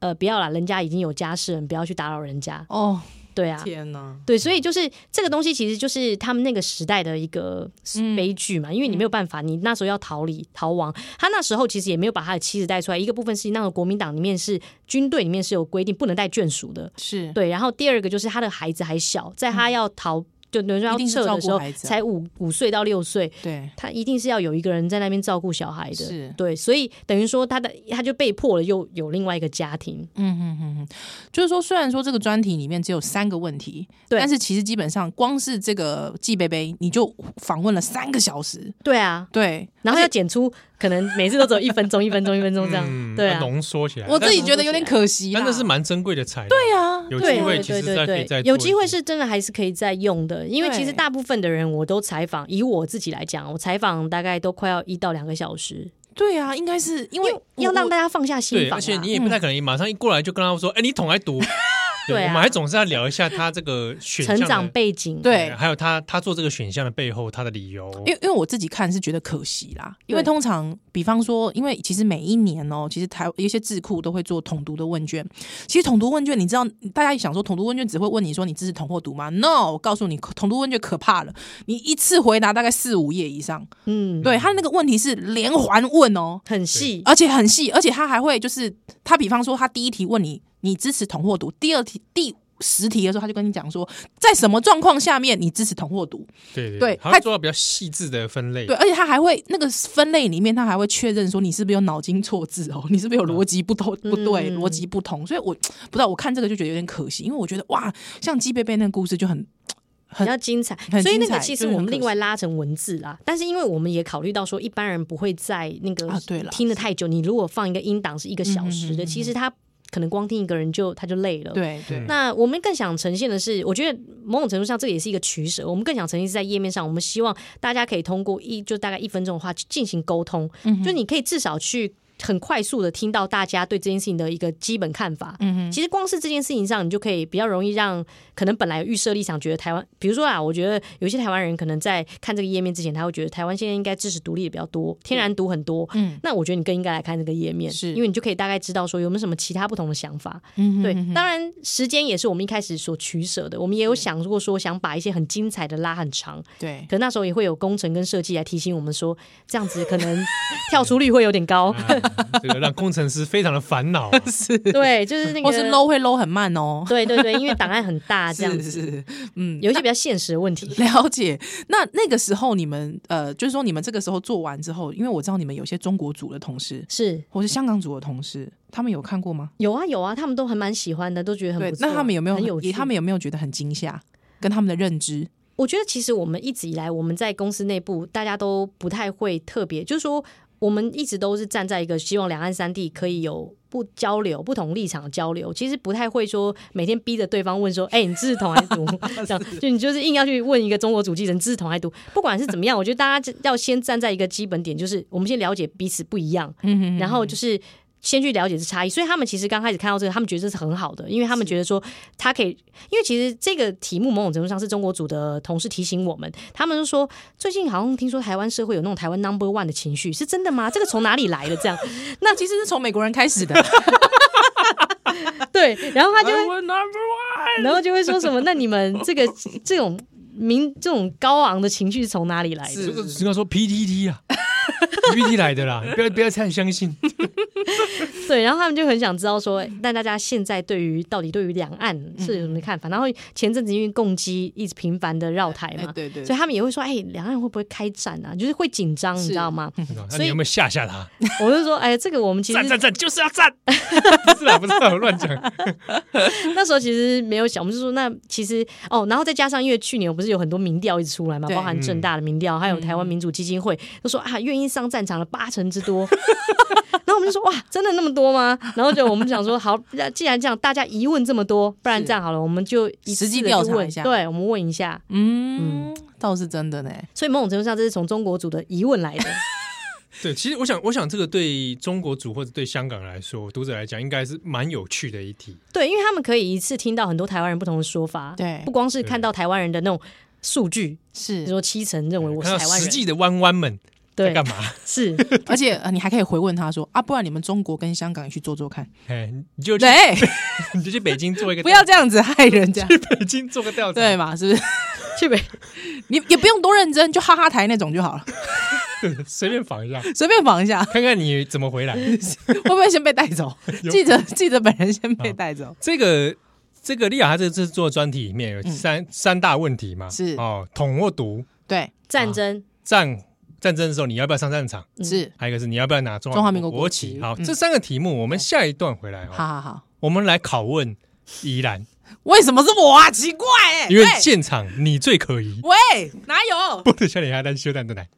C: 呃，不要啦，人家已经有家室了，你不要去打扰人家。
A: 哦，”
C: 对啊，
A: 天哪，
C: 对，所以就是这个东西，其实就是他们那个时代的一个
A: 嗯
C: 悲剧嘛，因为你没有办法，你那时候要逃离逃亡。他那时候其实也没有把他的妻子带出来，一个部分是那个国民党里面是军队里面是有规定不能带眷属的，
A: 是
C: 对。然后第二个就是他的孩子还小，在他要逃、就等于说
A: 嗯一
C: 要
A: 定是
C: 撤
A: 照顾
C: 的时候
A: 孩，子啊
C: 才五五岁到六岁，
A: 对
C: 他一定是要有一个人在那边照顾小孩的，
A: 是
C: 对，所以等于说他的他就被迫了又有另外一个家庭，
A: 嗯哼哼哼，就是说，虽然说这个专题里面只有三个问题，
C: 对
A: 但是其实基本上光是这个季贝贝，你就访问了三个小时，
C: 对啊。
A: 对。
C: 然后要剪出，可能每次都只有一分钟、一分钟、一分钟这样，
B: 嗯
C: 对啊
B: 要，浓缩起来。
A: 我自己
C: 但
A: 觉得有点可惜啦，
B: 但但那是蛮珍贵的材料。对
A: 对啊，
B: 有
C: 啊对
B: 机会
C: 对
B: 其实
C: 对
B: 再可
C: 对
B: 以再
C: 对，
B: 做
C: 有
B: 一
C: 机会
B: 次
C: 是真的还是可以再用的，因为其实
A: 对
C: 大部分的人我都采访，以我自己来讲，我采访大概都快要一到两个小时，
A: 对啊，应该是因为
C: 要让
A: 他
C: 大家放下心
B: 对，
C: 房、
B: 而且
C: 啊
B: 你。也不太可能马上一过来就跟他说：“哎，你桶还毒。”对，
C: 对啊
B: 我们还总是要聊一下他这个选项
C: 成
B: 的
C: 长背景，
A: 对
B: 还有他他做这个选项的背后他的理由，
A: 因为因为我自己看是觉得可惜啦，因为
C: 对
A: 通常比方说，因为其实每一年哦、其实台一些智库都会做统读的问卷。其实统读问卷，你知道大家想说统读问卷只会问你说你支持统或独吗？No，我告诉你，统读问卷可怕了，你一次回答大概四五页以上。
C: 嗯，
A: 对他那个问题是连环问哦、
C: 很细，
A: 而且很细，而且他还会就是他比方说他第一题问你你支持统或独，第二题第。十题的时候，他就跟你讲说，在什么状况下面你支持统或独，
B: 对对
A: 对
B: 他
A: 他
B: 做到比较细致的分类，
A: 对，而且他还会那个分类里面，他还会确认说你是不是有脑筋错字哦，你是不是有逻辑不同不对，
C: 嗯
A: 逻辑不同。所以我不知道，我看这个就觉得有点可惜，因为我觉得哇，像鸡贝贝那个故事就很
C: 比
A: 很
C: 较精彩
A: 很，
C: 所以那
A: 精
C: 个
A: 彩
C: 其实
A: 真的
C: 我
A: 很
C: 们另
A: 可
C: 外拉成文字啦，但是因为我们也考虑到说一般人不会在那个
A: 啊对嗯啦
C: 听得太久，你如果放一个音档是一个小时的，其实他可能光听一个人就他就累了，
A: 对
B: 嗯
A: 对
C: 那我们更想呈现的是，我觉得某种程度上这个也是一个取舍。我们更想呈现是在页面上，我们希望大家可以通过一就大概一分钟的话去进行沟通，就你可以至少去。很快速的听到大家对这件事情的一个基本看法，嗯，其实光是这件事情上，你就可以比较容易让可能本来预设立场觉得台湾，比如说啊，我觉得有些台湾人可能在看这个页面之前，他会觉得台湾现在应该支持独立的比较多，天然独很多，
A: 嗯
C: 嗯，那我觉得你更应该来看这个页面，
A: 是
C: 因为你就可以大概知道说有没有什么其他不同的想法，
A: 嗯
C: 对，当然时间也是我们一开始所取舍的，我们也有想过说想把一些很精彩的拉很长，
A: 对
C: 可那时候也会有工程跟设计来提醒我们说，这样子可能跳出率会有点 高，
B: 啊 这个让工程师非常的烦恼啊、
A: 是，
C: 对，就是那个
A: 或是 low 会 low 很慢哦，
C: 对对对，因为档案很大，这样
A: 是
C: 子
A: 是嗯。
C: 有一些比较现实的问题。
A: 了解，那那个时候你们呃，就是说你们这个时候做完之后，因为我知道你们有些中国组的同事
C: 是
A: 或是香港组的同事，他们有看过吗？
C: 有啊有啊，他们都还蛮喜欢的，都觉得很
A: 对
C: 不，错。
A: 那他们有没有
C: 很有趣？
A: 也他们有没有觉得很惊吓？跟他们的认知，
C: 我觉得其实我们一直以来我们在公司内部大家都不太会特别，就是说我们一直都是站在一个希望两岸三地可以有不交流、不同立场的交流，其实不太会说每天逼着对方问说，哎、你支持统还是独？ 这样就你就是硬要去问一个中国主机人支持统还是独？不管是怎么样，我觉得大家要先站在一个基本点，就是我们先了解彼此不一样，
A: 嗯
C: 然后就是先去了解这差异，所以他们其实刚开始看到这个，他们觉得这是很好的，因为他们觉得说他可以，因为其实这个题目某种程度上是中国组的同事提醒我们，他们就说最近好像听说台湾社会有那种台湾 number one 的情绪，是真 的吗？这个从哪里来的？这样
A: 那其实是从美国人开始的，
C: 对，然后他就会，
A: number one。
C: 然后就会说什么？那你们 这个这种民这种高昂的情绪是从哪里来的？
B: 这个只能说 PTT 啊，PTT 来的啦，不要不要太相信。
C: 对，然后他们就很想知道说，那大家现在对于到底对于两岸是
A: 嗯
C: 有什么看法？然后前阵子因为共机一直频繁的绕台
A: 哎
C: 嘛，，
A: 对对
C: 所以他们也会说，哎，两岸会不会开战啊？就是会紧张，你知道吗？
B: 嗯啊那你有没有吓吓他？
C: 我就说，哎，这个我们其实
B: 赞赞赞，就是要赞！不是啦，不是啦，我乱讲。
C: 那时候其实没有想，我们就说，那其实哦，然后再加上因为去年我不是有很多民调一直出来嘛，
A: 对嗯
C: 包含
B: 嗯
C: 正大的民调，还有台湾民主基金会，都说啊，愿意上战场的八成之多。 然后我们就说哇，真的那么多吗？然后就我们想说，好，那既然这样，大家疑问这么多，不然
A: 是
C: 这样好了，我们就一
A: 实际
C: 次地
A: 调
C: 去
A: 查
C: 问
A: 一下
C: 对，我们问一下。
A: 嗯，倒是真的呢。
C: 所以某种程度上，这是从中国组的疑问来的。
B: 对，其实我想，我想这个对中国组或者对香港来说，读者来讲，应该是蛮有趣的一题。
C: 对，因为他们可以一次听到很多台湾人不同的说法，
A: 对
C: 不光是看到台湾人的那种数据，比 如
A: 是，
C: 说七成认为我是
B: 看到
C: 台湾
B: 实
C: 人，
B: 际的弯弯们在
C: 对
B: 干，嘛？
C: 是
A: 而且呃你还可以回问他说啊，不然你们中国跟香港也去做做看。
B: 哎，你就 去
A: 对，
B: 你就去北京做一个，
A: 不要这样子害人家，
B: 北京做个调查。
A: 对嘛？是不是？
C: 去北
A: 你也不用多认真，就哈哈台那种就好了，
B: 对，随便访一下，
A: 随便仿一下，
B: 看看你怎么回 来。
A: 会不会先被带走？
B: 有哦
A: 记者记者本人先被带走。
B: 这个这个利亚他这次做专题里面有三、三大问题嘛，
A: 嗯是
B: 哦，统或独
A: 对，
C: 战争，
B: 战战争的时候你要不要上战场？
A: 是，
B: 还有一个是你要不要拿中
A: 中华民
B: 国
A: 国
B: 国
A: 国
B: 旗？
A: 旗
B: 好，
A: 嗯
B: 这三个题目我们下一段回来
A: 好
B: 哈、哦，
A: 好好。
B: 我们来拷问宜兰，
A: 为什么是我啊？奇怪哎、
B: 因为现场你最可疑。
A: 喂喂，哪有？
B: 不的笑脸还在修蛋的奶。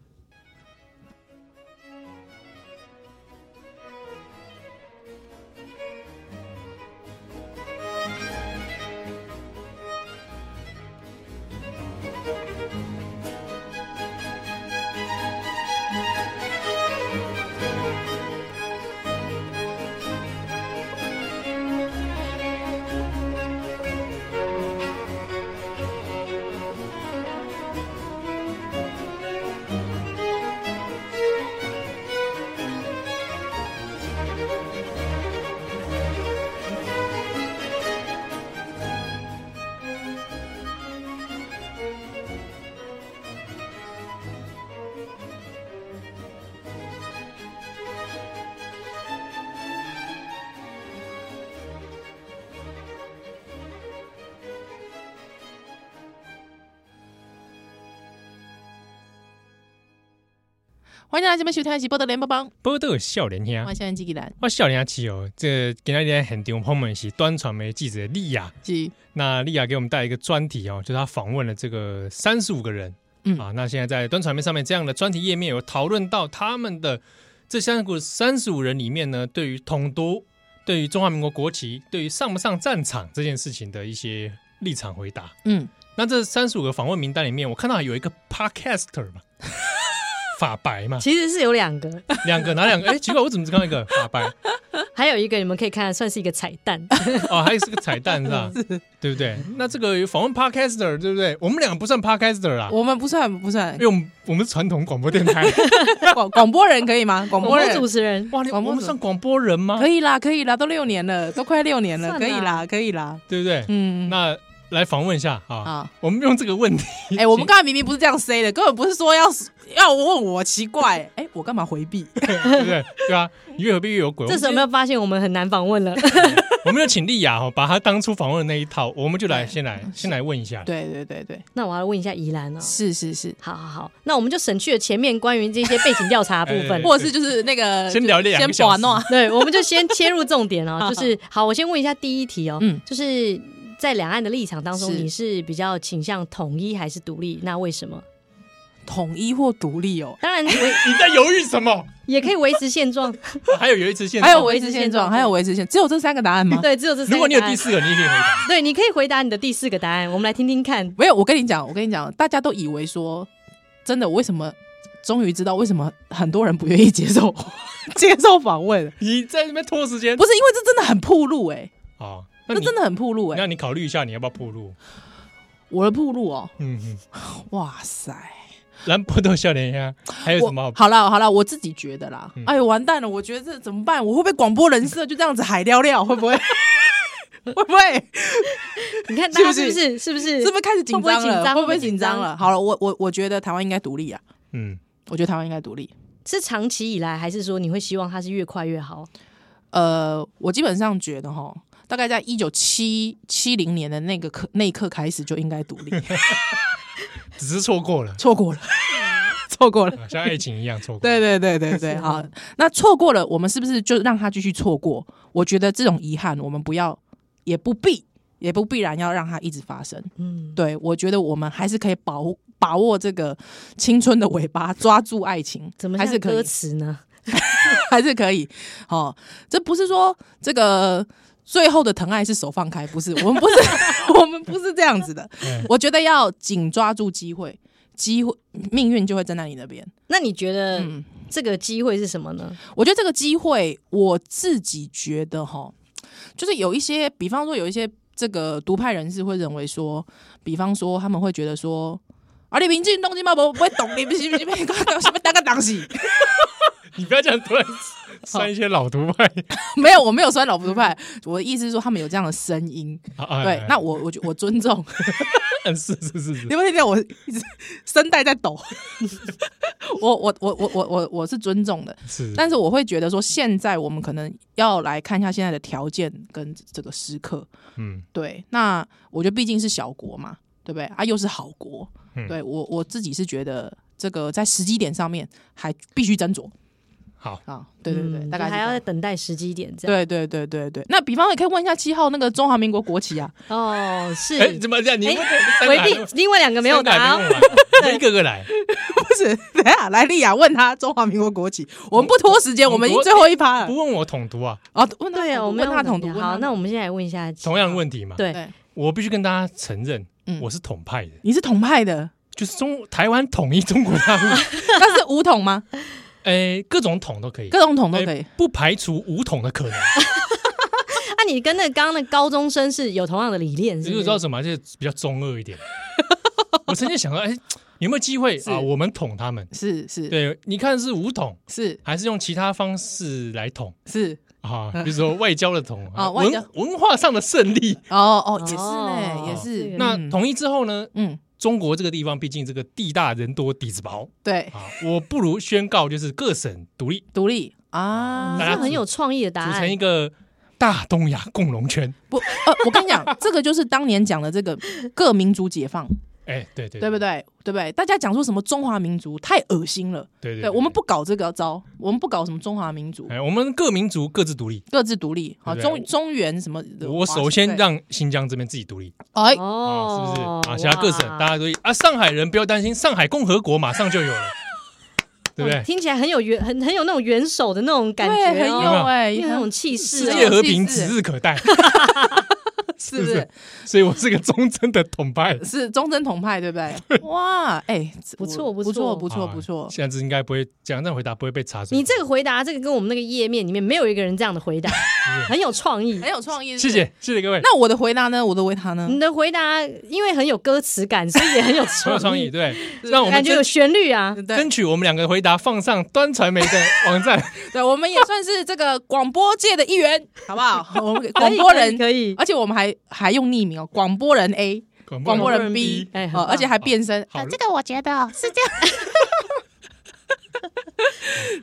A: 欢迎来这边收听一起波德联播帮，
B: 不过都有笑脸兄啊
A: 我，现在吉吉兰
B: 我笑脸起哦，这今天天很丢，我们是端传媒记者莉亚。
A: 是
B: 那莉亚给我们带一个专题哦，就是她访问了这个三十五个人，
A: 嗯
B: 啊，那现在在端传媒上面这样的专题页面有讨论到他们的这三股三十五人里面呢，对于统独、对于中华民国国旗、对于上不上战场这件事情的一些立场回答。
A: 嗯，
B: 那这三十五个访问名单里面，我看到有一个 podcaster 嘛， 法白 嘛，
C: 其实是有两 个，
B: 两个哪两个？哎、奇怪，我怎么只看到一个法白？
C: 还有一个你们可以看，算是一个彩 蛋。
B: 哦，还是个彩蛋是吧？对不对？那这个访问 podcaster 对不对？我们两个不算 podcaster 啦，
A: 我们不算不算
B: 因为我们我们是传统广播电台。
A: 广广播人可以 吗？广
C: 广
A: 播
C: 播
A: 人
C: 主持人，
B: 哇，你我
A: 广播
B: 们
A: 组
B: 算广播人吗
A: 可？以啦，可以啦，都六年了，都快六年了，
C: 算
A: 可
C: 啦
A: 以啦，可以啦，
B: 对不对？
A: 嗯，
B: 那来访问一下啊，
A: 啊，
B: 我们用这个问题，
A: 哎、我们刚才明明不是这样 say 的，根本不是说要要问我，奇怪、哎、我干嘛回避？
B: 对不对？对吧？越何必越有鬼？我
C: 这
B: 们
C: 时候有没有发现我们很难访问了？
B: 我们就请丽雅哦，把她当初访问的那一套，我们就来
A: 嗯
B: 先来先来问一下。
A: 对对对对，
C: 那我要问一下宜兰哦。
A: 是是是，
C: 好好好，那我们就省去了前面关于这些背景调查的部分
B: 哎。
A: 或者是就是那个
B: 先聊这两个
A: 先
B: 小时
A: 诺，
C: 对，我们就先切入重点 哦，
A: 好
C: 就是好，我先问一下第一题哦，
A: 嗯
C: 就是在两岸的立场当中，
A: 是
C: 你是比较倾向统一还是独立？那为什么？
A: 统一或独立哦。
C: 当 然维
B: 你在犹豫什么？
C: 也可以维持现 状，
B: 还有有一次现
A: 还有
B: 状，
A: 维持现状，还有维持现，只有这三个答案吗？
C: 对，只有这
B: 如
C: 三个答案。
B: 果你有第四个，你也可以回答。
C: 对，你可以回答你的第四个答案，我们来听听看。
A: 没有，我跟你讲，我跟你讲，大家都以为说，真的，为什么终于知道为什么很多人不愿意接受 接受访问了？
B: 你在那边拖时间
A: 不是因为这真的很铺路哎、
B: 啊？那
A: 这
B: 你
A: 真的很铺路哎、
B: 那你考虑一下，你要不要铺路？
A: 我的铺路哦，
B: 嗯嗯，
A: 哇塞！
B: 兰博豆笑脸呀，还有
A: 我
B: 什么好？
A: 好了好了，我自己觉得啦。哎呦，完蛋了！我觉得这怎么办？我会不会广播人设就这样子海撩撩？会不会？会不会？
C: 你看大家
A: 是不
C: 是不
A: 是
C: 是是不是
A: 是不是开始紧张了？会
C: 会不
A: 不
C: 会
A: 会
C: 紧
A: 紧
C: 张
A: 张了？好了，我我我觉得台湾应该独立啊！
B: 嗯，
A: 我觉得台湾应该独立。
C: 是长期以来，还是说你会希望它是越快越好？
A: 呃，我基本上觉得哈，大概在一九七七零年的那个刻那一刻开始就应该独立，
B: 只是错过了。
A: 错过了， 错过了。
B: 啊像爱情一样错过。
A: 对对对对对，好，那错过了，我们是不是就让他继续错过？我觉得这种遗憾，我们不要，也不必，也不必然要让它一直发生。
C: 嗯，
A: 对我觉得我们还是可以把握把握这个青春的尾巴，抓住爱情，
C: 怎么
A: 还
C: 像
A: 是可以
C: 歌词呢？
A: 还是可以。哦，这不是说这个最后的疼爱是手放开，不是，我们不是，我们不是这样子的
B: 嗯。
A: 我觉得要紧抓住机会，机会命运就会站在你那边。
C: 那你觉得
A: 嗯
C: 这个机会是什么呢？
A: 我觉得这个机会，我自己觉得哈，就是有一些，比方说有一些这个独派人士会认为说，比方说他们会觉得说。啊！你民进党今嘛不不会懂，你不是不是不是什么当个党系？
B: 你不要这样突然算一些老独派。
A: 没有，我没有说老独派，我的意思是说他们有这样的声音。
B: 啊
A: 对，那我我觉我尊重，
B: 嗯是是是是
A: 你，有没有听见我一直声带在抖？ 我我我我我我我是尊重的，
B: 是
A: 但是我会觉得说，现在我们可能要来看一下现在的条件跟这个时刻。
B: 嗯
A: 对，那我觉得毕竟是小国嘛，对不对？啊，又是好国，
B: 嗯
A: 对我我自己是觉得这个在时机点上面还必须斟酌
B: 好，
A: 啊。对对对，
C: 嗯
A: 大概
C: 就是还要
A: 这
C: 再
A: 样。
C: 等待时机点这样。
A: 对对对对对，那比方也可以问一下七号那个中华民国国旗啊，
C: 哦， 是
B: 哎怎么这样？你
C: 哎
B: 问三
C: 唯
B: 个还
C: 另另外两个没有答
B: 三
C: 哦。
B: 个还没问完我们一个个来。
A: 不是？ 等一下，莱利亚问他中华民国国旗，我们不拖时间，我们已经最后一趴了
B: 不。问我统独啊，
A: 哦，问他
C: 对啊，
A: 统
C: 我
A: 独
C: 们
A: 问他统独，问
C: 好，
A: 他
C: 那我们现在来问一下，
B: 同样的问题嘛。
C: 啊对
A: 对，
B: 我必须跟大家承认
A: 嗯，
B: 我是统派的，
A: 你是统派 的，
B: 就是中台湾统一中国大陆，
A: 那是五统吗？
B: 哎，各种统都可以，
A: 各种统都可以
B: 哎，不排除五统的可能。
C: 啊，你跟那刚刚的高中生是有同样的理念，
B: 你
C: 是不？
B: 就是知道什么，就是比较中二一点。我曾经想到，哎，有没有机会
A: 是
B: 啊？我们统他们？
A: 是是
B: 对，你看是五统，
A: 是
B: 还是用其他方式来统？
A: 是，
B: 啊，比如说外交的统
A: 啊外
B: 文
A: 交
B: 文化上的胜利。
A: 哦哦，也是
C: 哦
A: 呢，也
C: 这
A: 是。
C: 个
B: 那
A: 嗯
B: 统一之后呢？
A: 嗯，
B: 中国这个地方毕竟这个地大人多底子薄
A: 对，
B: 啊，我不如宣告就是各省独立，
A: 独立啊
C: 你
B: 大
C: 这
B: 家
C: 个很有创意的答
B: 组成一
C: 案。
B: 个大东亚共荣圈。
A: 不呃，我跟你讲，这个就是当年讲的这个各民族解放，
B: 哎，对对
A: 对不？对？对不对？大家讲说什么中华民族太恶心了，
B: 对对
A: 对我们不搞这个招，我们不搞什么中华民族，
B: 哎，我们各民族各自独立。
A: 各自独立。好，
B: 对
A: 中中原什么的？
B: 我首先
A: 对
B: 让新疆这边自己独立
A: 哎，
B: 啊，
C: 哦，
B: 是不是啊？其他各省
C: 哇
B: 大家都啊，上海人不要担心，上海共和国马上就有了，对不
C: 哇
B: 对？
C: 听起来很有元，很很有那种元首的那种感
A: 对
C: 觉
A: 很
C: 哦，
A: 有哎，
C: 有那种气势
B: 世
C: 哦。
B: 界和平
A: 是是
B: 指日可待，
A: 是不是？
B: 所以我是个忠贞的统派。
A: 是忠贞同派，对不对？哇，哎，
C: 不错
A: 不
C: 不错
A: 不错，不错
B: 啊。现在这应该不会这样，这样回答不会被查水。
C: 你这个回答，这个跟我们那个页面里面没有一个人这样的回答，很有创意
A: 很。有嗯创意，
B: 谢
A: 是不是。
B: 谢谢谢各位，
A: 那我的回答呢？我的回答呢？
C: 你的回答因为很有歌词感，所以也很
B: 很有
C: 有创
B: 创
C: 意
B: 意，，对，让我们
C: 感觉有
B: 争
C: 旋律啊。
A: 哎对
B: 争取我们两个回答放上端传媒的网站。
A: 对，我们也算是这个广播界的一 员，好不好？ 我们广播人，
C: 可以，可以
A: 而且我们还还用匿名哦，广播人 A，
B: 广
A: 广播人
C: 人
A: B，
C: B，哎很
A: 哦
C: 棒
A: 而且还变身，
B: 好了，
D: 呃这个我觉得是这样。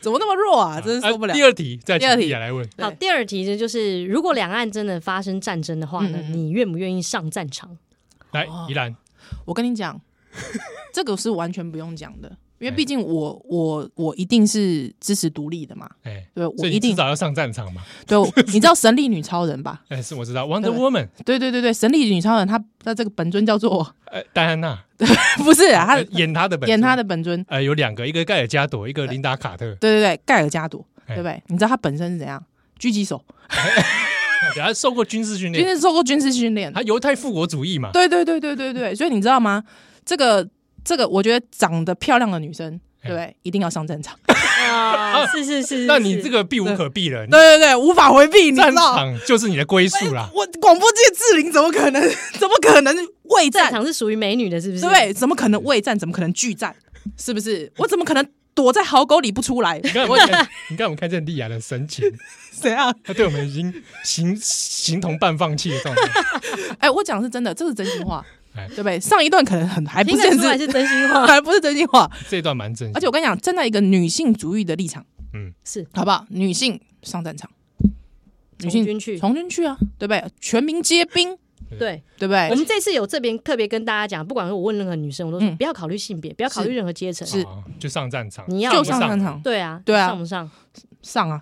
A: 怎么那么弱啊？真是受不了
B: 啊第。二题，再
A: 第二
B: 请
A: 题哦
B: 丽雅来问。
A: 对
C: 好，第二题呢，就是如果两岸真的发生战争的话呢，
A: 嗯嗯嗯
C: 你愿不愿意上战场？
B: 来
A: 哦，
B: 怡兰，
A: 我跟你 讲，这个是完全不用讲的，因为
B: 哎
A: 毕竟我我我一定是支持独立的嘛，
B: 哎，
A: 对我
B: 所以
A: 一
B: 你至
A: 定
B: 少要上战场嘛？
A: 对， 我你知道神力女超人吧？
B: 哎，是我知道，Wonder
A: 对不
B: Woman，
A: 对对对对，神力女超人她她这个本尊叫做
B: 呃，戴安娜，
A: 不是啊，她
B: 呃演她的本，
A: 演她，的本尊，
B: 呃，有两个，一个盖尔加朵，一个琳达卡特，
A: 对对对，盖尔加朵，
B: 哎
A: 对不对？你知道她本身是怎样？狙击手，
B: 她受过军事训
A: 军
B: 练，
A: 事受过军事训练，
B: 她犹太复国主义嘛，
A: 对对对对对对，所以你知道吗？这个这个，我觉得长得漂亮的女生，
B: 哎
A: 对不对？一定要上战场。
C: 啊，是是 是，
B: 那你这
C: 个
B: 个避无可避了，你
A: 对对对，无法回避，你知
B: 战
A: 道？哎
B: 场就是你的归宿啦。
A: 我广播界志玲怎么可能？ 怎么可能畏战？
C: 战场是属于美女的，是不是？
A: 对不，对？怎么可能畏战？怎么可能拒战？是不 是？我怎么可能躲在壕沟里不出来？
B: 你看我看，你看我们看见丽雅的神情，
A: 怎样？
B: 她对我们已经形形同半放弃的状态。
A: 哎，我讲的是真的，这是真心话，
B: 哎
A: 对不对？上一段可能很还不
C: 听
A: 是
C: 得出来
A: 真，
C: 是真 心话。
A: 还不是真心话。
B: 这一段蛮真心，
A: 而且我跟你讲，站在一个女性主义的立场，
C: 嗯是
A: 好不好？女性上战场，女
C: 从
A: 性
C: 军去，
A: 从军去啊，对不对？全民皆兵，
C: 对
A: 对不对？
C: 我们这次有这边特别跟大家讲，不管是我问任何女生，我都说
A: 嗯
C: 不要考虑性别，不要考虑任何阶层，
A: 是
B: 哦就上战场，
C: 你要
A: 就
C: 不
A: 上
B: 上
A: 战场，
C: 对啊，
A: 对啊
C: 上 不上？
A: 上啊，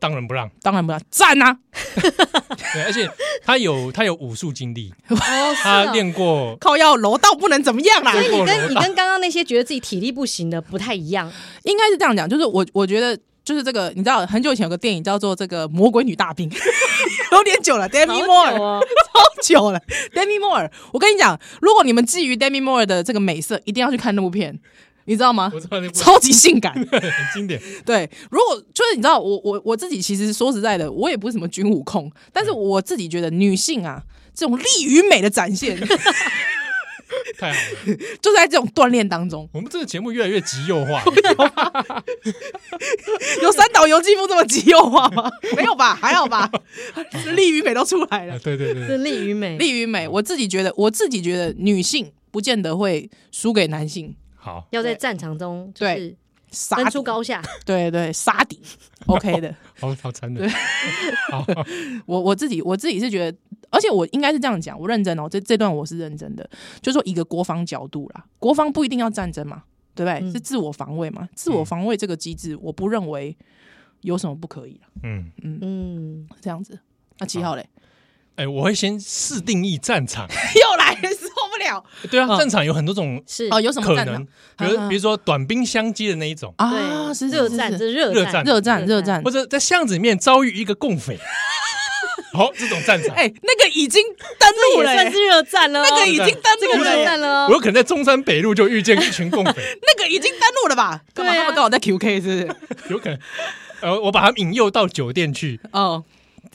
B: 当仁不让。
A: 当然不要站啊，
B: 对，而且他有他有武术经历，
C: 哦，是
B: 他
C: 啊。
B: 练过，
A: 靠要楼道不能怎么样啊啦
C: 所。以
B: 过
C: 你
B: 柔
C: 跟你
B: 道
C: 跟刚刚那些觉得自己体力不行的不太一样，
A: 应该是这样讲，就是我我觉得就是这个，你知道很久以前有个电影叫做这个《魔鬼女大兵》， 有点久了，Demi
C: 好
A: Moore
C: 久哦，
A: 好久了，Demi Moore。我跟你讲，如果你们觊觎 Demi Moore 的这个美色，一定要去看那部片，你知道吗
B: 我？知道那部
A: 超级性感，
B: 很经典，
A: 对，如果就是你知道，我我我自己其实说实在的，我也不是什么军武控，但是我自己觉得女性啊，这种力与美的展现，就
B: 太好了。
A: 是在这种锻炼当中。
B: 我们这个节目越来越极右化，
A: 有三岛由纪夫这么极右化吗？ 没有吧，还好吧， 力与美都出来
B: 啊
A: 了。
B: 对对对 对，
C: 是力与美。
A: 力与美，我自己觉得，我自己觉得女性不见得会输给男性，
B: 好，
C: 要在战场中就
A: 对
C: 是
A: 杀
C: 分
A: 敌
C: 出，高下，
A: 对对，杀敌 ，OK 的。
B: 好好残忍，好，
A: 我我自己我自己是觉得，而且我应该是这样讲，我认真哦，这这段我是认真的，就说以一个国防角度啦，国防不一定要战争嘛，对不对？
C: 嗯
A: 是自我防卫嘛，自我防卫这个机制，我不认为有什么不可以啦，
B: 嗯，
C: 嗯，
A: 这样子。那七号嘞，
B: 哎，我会先试定义战场，
A: 又来了，受不了
B: 对啊，
A: 嗯
B: 战场有很多种
C: 是
A: 哦，有什么
B: 可
A: 战
B: 能
A: 场，
B: 比
A: 啊
B: 如比如说短兵相接的那一种，
A: 啊？
C: 对，
A: 是
C: 热战，这
A: 是
C: 是热
B: 热
C: 战
B: 战
A: 热战，热战
B: 或。者在巷子里面遭遇一个共 匪，好，这种战场，
A: 哎，那个已经登
C: 这
A: 陆
C: 也
A: 了
C: 算
A: 耶，
C: 是热战了哦，
A: 那个已经
C: 这
A: 登
C: 个
A: 陆了
C: 热战
A: 耶，
C: 了
B: 我
C: 哦，
B: 有可能在中山北路就遇见一群共匪，
A: 那个已经登陆了吧？干嘛
C: 对啊
A: 他们刚好在 QK 是不是？
B: 有可能，呃，我把他们引诱到酒店去，
A: 哦，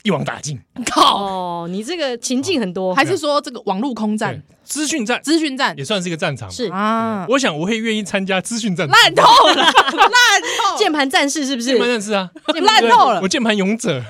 B: 一网打尽，
A: 靠！
C: 哦，你这个情境很多，
A: 哦还是说这个网络空
B: 对
A: 战、，
B: 资讯战
A: 资讯战
B: 也算是一个战场吧，
C: 是
A: 啊？
B: 我想我会愿意参加资讯战，
A: 烂透了，烂 透，
C: 键盘战士是不是
B: 键？盘战士啊，
A: 烂透了
B: 我，键盘 勇者，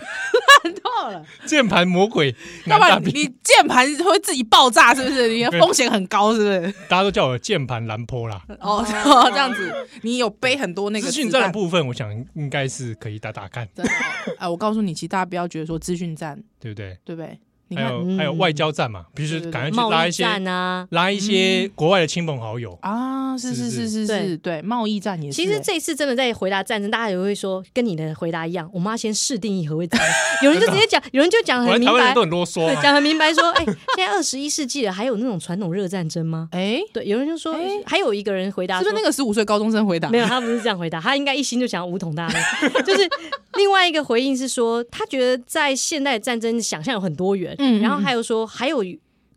A: 透了。
B: 键盘魔鬼，
A: 要
B: 男
A: 不
B: 大
A: 然
B: 兵，
A: 你键盘会自己爆炸，是不是？你的风险很高，是不是？
B: 大家都叫我键盘蓝坡啦。
A: 哦， 哦这样子，你有背很多那个
B: 资
A: 子
B: 讯
A: 弹
B: 战的部分，我想应该是可以打打看，
A: 真的哦哎，我告诉你，其实大家不要觉得说资讯战，
B: 对不对？
A: 对不对？你
B: 还
A: 看
B: 有还有
C: 嗯
B: 外交战嘛，比如
A: 对
B: 说
A: 对对
B: 赶快去
C: 贸
B: 拉
C: 易
B: 一些
C: 战啊。
B: 拉一
A: 嗯
B: 些国外的亲朋好友，
A: 啊，是是
B: 是是
A: 是是
C: 对
A: 是，对，贸易战也是欸。
C: 其实这一次真的在回答战争，大家也会说跟你的回答一样，我们要先试定义何谓 战争。有人就直接讲，有人就
A: 嗯
C: 讲
B: 我来
C: 很明
B: 台湾人
C: 白
B: 都，很啰嗦
C: 对，
B: 啊，
C: 讲很明白说，哎、现在二十一世纪了，还有那种传统热战争吗？
A: 哎，
C: 对，有人就说，
A: 哎
C: 还有一个人回答
A: 是
C: 说
A: 不是那个十五岁高中生回答？
C: 没有，他不是这样回答，他应该一心就想要武统大陆。 就是另外一个回应是说，他觉得在现代战争想象有很多元，
A: 嗯嗯
C: 然后还有说还有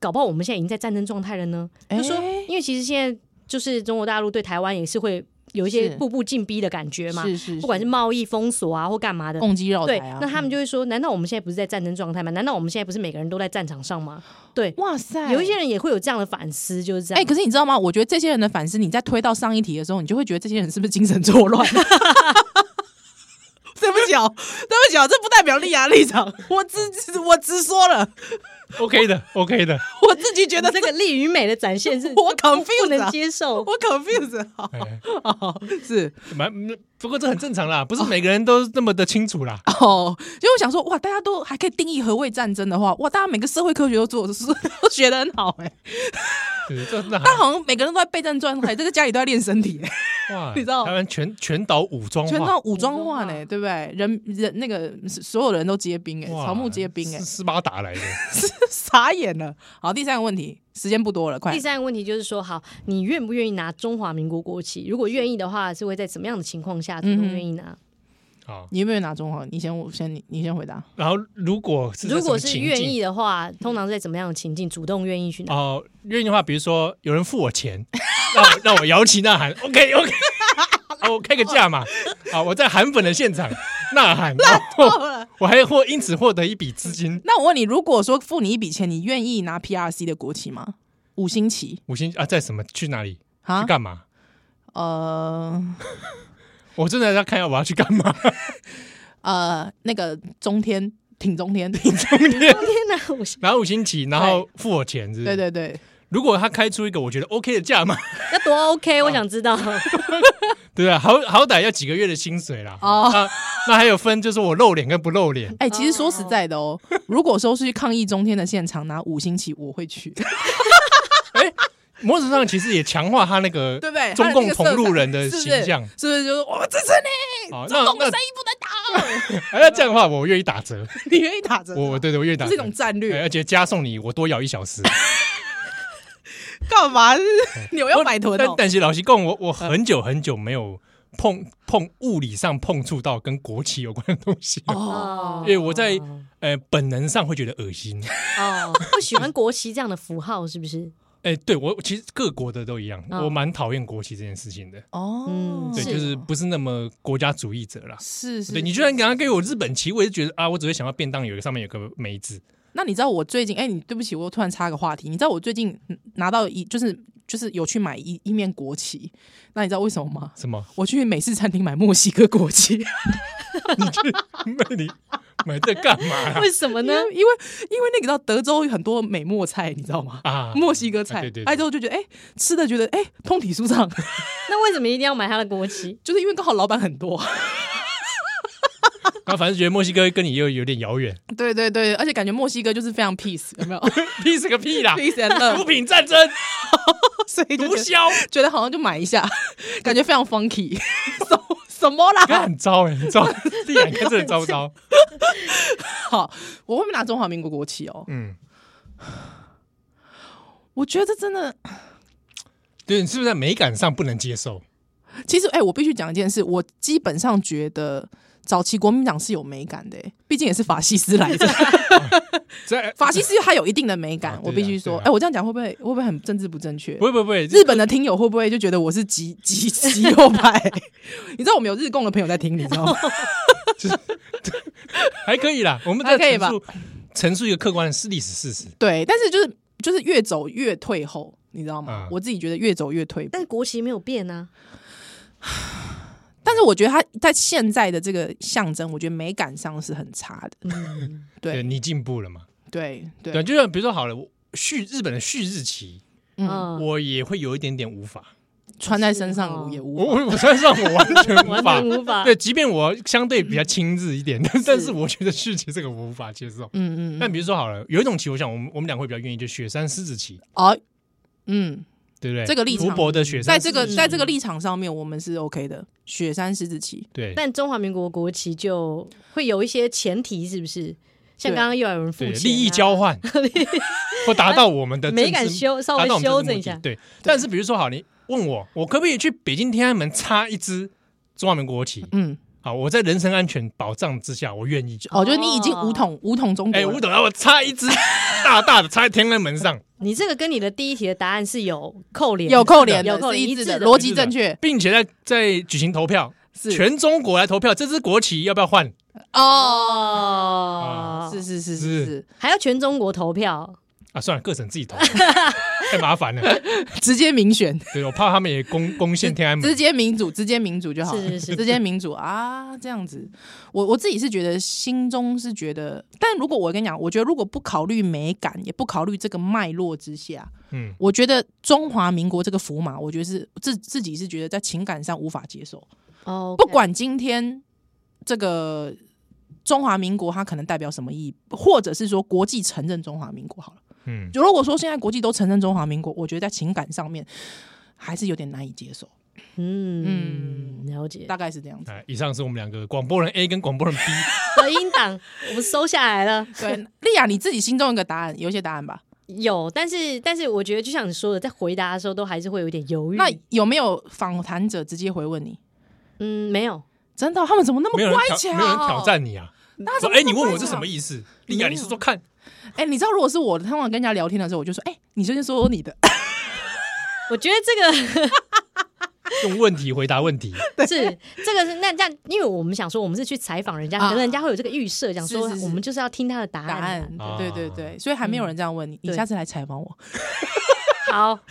C: 搞不好我们现在已经在战争状态了呢，
A: 哎，
C: 就说因为其实现在就是中国大陆对台湾也是会有一些
A: 是
C: 步步进逼的感觉嘛，
A: 是是，
C: 不管是贸易封锁啊或干嘛的。
A: 攻击绕
C: 对
A: 台啊，，
C: 那他们
A: 就
C: 就会说：难道我们现在不是在战争状态吗？难道我们现在不是每个人都在战场上吗？
A: 嗯哇塞，
C: 有一些人也会有这样的反思，就是这样。
A: 啊哎、可是你知道吗？我觉得这些人的反思，你在推到上一题的时候，你就会觉得这些人是不是精神错 乱？对不起哦，对不起哦，这不代表丽亚立场，我直我直说了，
B: ，OK 的，OK 的，
A: 我自己觉得
C: 这个力与美的展现是
A: 我 confused
C: 不能
A: 啊
C: 接受。
A: 我 confuse 好
B: 哎
A: 好 是
B: 蛮不过这很正常啦，不是每个人都那么的清楚 啦。
A: 哦，就我想说，哇，大家都还可以定义何谓战争的话，哇，大家每个社会科学都做是都学得很好哎、
B: 是这 那
A: 大家好像每个人都在备战状态，这个家里都在练身体、哎
B: 哇，
A: 你知道
B: 台湾全全岛武装化，
A: 全都武装化呢、
C: 武装化
A: 对不对？人人那个所有人都结冰哎、
B: 哇
A: 草木皆兵哎、
B: 是斯巴达来的，
A: 傻眼了。好，第三个问题，时间不多了，快
C: 第。三个问题就是说，好，你愿不愿意拿中华民国国旗？如果愿意的话，是会在什么样的情况下主动
A: 嗯哼
C: 愿意拿？
B: 好，
A: 你有没有拿中华？你先，我先，你你先回答。
B: 然后如果是在
C: 如果
B: 什么
C: 是
B: 情
C: 愿
B: 境
C: 意的话，通常是在怎么样的情境主动愿意去拿？
B: 哦，愿意的话，比如说有人付我钱， 让我让我摇旗呐喊，OK OK，啊， 我开个价嘛，啊，我在韩粉的现场呐喊， 我 我还获因此获得一笔资金，
A: 那我问你，如果说付你一笔钱，你愿意拿 PRC 的国旗吗？五星旗
B: 五星啊，在什么去哪里
A: 啊
B: 去？干嘛？
A: 呃
B: 我真的要看一下我要去干嘛，
A: 呃，那个中天挺中天，
C: 天哪，我
B: 然后五星旗，然后付我钱，是不是
A: 对，对对，
B: 如果他开出一个我觉得 OK 的价嘛，
C: 要多 OK？我想知道。
B: 对啊，好好歹要几个月的薪水啦，
A: 哦
B: 那那还有分，就是我露脸跟不露脸，
A: 哎、其实说实在的哦，如果说是去抗议中天的现场拿五星旗，我会去，
B: 某种程度上其实也强化他那个
A: 对不对？
B: 中共同路
A: 路
B: 人的形象。
A: 是不是？就是我们支持你，
B: 好，那
A: 中共的
B: 那
A: 生意不能倒，
B: 哎，那这样的话，我愿意打折，
A: 你愿意打折？
B: 我我对对，我愿意打
A: 这
B: 折，
A: 是一种战略
B: 哎，而且加送你，我多摇一小时。
A: 干 嘛？扭腰摆臀
B: 但
A: 哦？
B: 但是老实讲，我我很久很久没有碰碰物理上碰触到跟国旗有关的东西了，
A: 哦，
B: 因为我在
C: 哦
B: 呃本能上会觉得恶心。
C: 哦，不喜欢国旗这样的符号，是不是？
B: 哎，对我其实各国的都一样，
C: 哦
B: 我蛮讨厌国旗这件事情的。
A: 嗯哦，
C: 嗯
B: 对，
C: 是
B: 就是不是那么国家主义者啦。
A: 是是，
B: 对你
A: 是
B: 居然敢给我日本旗，我就觉得啊，我只会想到便当有一个上面有个梅子，
A: 那你知道我最近？哎、你对不起，我又突然插个话题。你知道我最近嗯拿到一就是就是有去买一一面国旗，那你知道为什么吗？
B: 什么？
A: 我去美式餐厅买墨西哥国 旗，
B: 那你买这干嘛啦
C: 为什么
A: 因
C: 呢
A: 为？因为因为那个到德州有很多美墨菜，你知道吗？
B: 啊？
A: 墨西哥菜，
B: 啊对对对
A: 哎之后就觉得哎、吃的觉得哎、通体舒畅，
C: 那为什么一定要买他的国旗？
A: 就是因为刚好老板很多，
B: 然后反正觉得墨西哥跟你又有点遥远
A: 对对对，而且感觉墨西哥就是非常 peace，有没有
B: ，peace 个屁啦！
A: peace and
B: 毒
A: love，
B: 品 战争，
A: 所以就
B: 毒
A: 觉得
B: 枭，
A: 觉得好像就买一下，感觉非常 funky，什 什么啦？
B: 看很糟哎，很糟，地眼看这很糟糕。
A: 好，我会不会拿中华民国国旗哦？
B: 嗯，
A: 我觉得真的，
B: 对，你是不是在美感上不能接受？
A: 其实哎、我必须讲一件事，我基本上觉得早期国民党是有美感的、欸毕竟也是法西斯来 着。
B: 在
A: 法西斯它有一定的美感，
B: 啊对啊
A: 我必须说，
B: 对
A: 哎、
B: 啊
A: 我这样讲会不会会不会很政治不正确
B: 不？会不会不会，
A: 日本的听友会不会就觉得我是极极极右派？ 你知道我们有日共的朋友在听，你知道吗？
B: 还可以啦。我们在
A: 还可以吧
B: 陈述陈述一个客观的事历史事实。
A: 对，但是就是就是越走越退后，你知道吗？
B: 嗯
A: 我自己觉得越走越退步。
C: 但是国旗没有变啊。
A: 但是我觉得它在现在的这个象征，我觉得美感上是很差的。
C: 嗯，
B: 对
A: 对
B: 你进步了嘛？
A: 对对
B: 对，就像比如说好了，我旭日本的旭日旗，
A: 嗯，
C: 嗯
B: 我也会有一点点无法。
A: 穿在身上
C: 是哦
A: 也
B: 我
A: 无法。
B: 我我身上我 完全无
C: 完
B: 法
C: 全。无法。
B: 对，即便我相对比较轻质一点，但但是我觉得续集这个我无法接受。
A: 嗯嗯
B: 但
A: 嗯，
B: 比如说好了，有一种棋，我想我们我们俩会比较愿意，就雪山狮子棋，
A: 哦，嗯，
B: 对不对？
A: 这个立场
B: 湖泊的雪
A: 在
B: 山狮
A: 这
B: 子棋，
A: 个
C: 是
A: 在这个立场上面，我们是 OK 的。雪山狮子旗，
B: 对，
C: 但中华民国国旗就会有一些前提，是不是？像刚刚又有人付
B: 对
C: 钱、啊，
B: 利益 交换，或达到我们的
C: 美
B: 政
C: 感
B: 治
C: 修稍
B: 达
C: 微
B: 到我们
C: 修
B: 政治
C: 正
B: 目
C: 一
B: 的
C: 下。
B: 对，但是比如说好，你问我，我可不可以去北京天安门插一支中华民国旗？
A: 嗯，
B: 好，我在人身安全保障之下，我愿意。
A: 哦，就是你已经武统武统中国
B: 哎，
A: 了
B: 吴董，让我插一支大大的插在天安门上，
C: 你这个跟你的第一题的答案是有扣连的，
A: 有扣连
C: 有
A: 的，
C: 扣
A: 是
C: 连
A: 一致的，
C: 的
A: 逻辑正确，
B: 并且在在举行投票，
A: 是
B: 全中国来投票，这支国旗要不要换？
A: 啊
C: 哦，
A: 是是是
B: 是
A: 是是，
C: 还要全中国投票，
B: 啊，算了，各省自 己投，太麻烦了。
A: 直接民选，
B: 对，我怕他们也攻攻陷天安门
A: 直。接民主，直接民主就好了，
C: 是是是
A: 直接民主啊，这样子，我我自己是觉得心中是觉得，但如果我跟你讲，我觉得如果不考虑美感，也不考虑这个脉络之下，
B: 嗯，
A: 我觉得中华民国这个符码，我觉得是自自己是觉得在情感上无法接受。
C: 哦，
A: 不管今天这个中华民国它可能代表什么意义，或者是说国际承认中华民国好了。
B: 嗯，
A: 如果说现在国际都承认中华民国，我觉得在情感上面还是有点难以接受，
C: 嗯，了解。
A: 大概是这样子。
B: 哎，以上是我们两个广播人 A 跟广播人 B。
C: 隔音档 我们收下来了，
A: 对， 丽雅，你自己心中有个答案，有一些答案吧？
C: 有，但是但是我觉得就像你说的，在回答的时候都还是会有点犹豫。
A: 那有没有访谈者直接回问你？
C: 嗯，没有，
A: 真的，他们怎么那么
B: 没有人
A: 乖
B: 挑，
A: 巧？
B: 没有人挑。战你啊！
A: 那怎
B: 说，哎、
A: 么那么
B: 你问
A: 乖
B: 我这什
A: 巧
B: 么意思？丽雅，你说说看，
A: 哎、你知道，如果是我，通常跟人家聊天的时候，我就说：“哎、你先说说你的。
C: 我觉得这个
B: 用问题回答问 题。
C: 是这个是那那，因为我们想说，我们是去采访人家，
A: 啊
C: 可能人家会有这个预设，想说
A: 是是是
C: 我们就是要听他的答”
A: 答
C: 案
A: 案嗯
C: 嘛。，
B: 啊
A: 对对对，所以还没有人这样问你。你
C: 对
A: 下次来采访我。
C: 好，
B: 哇，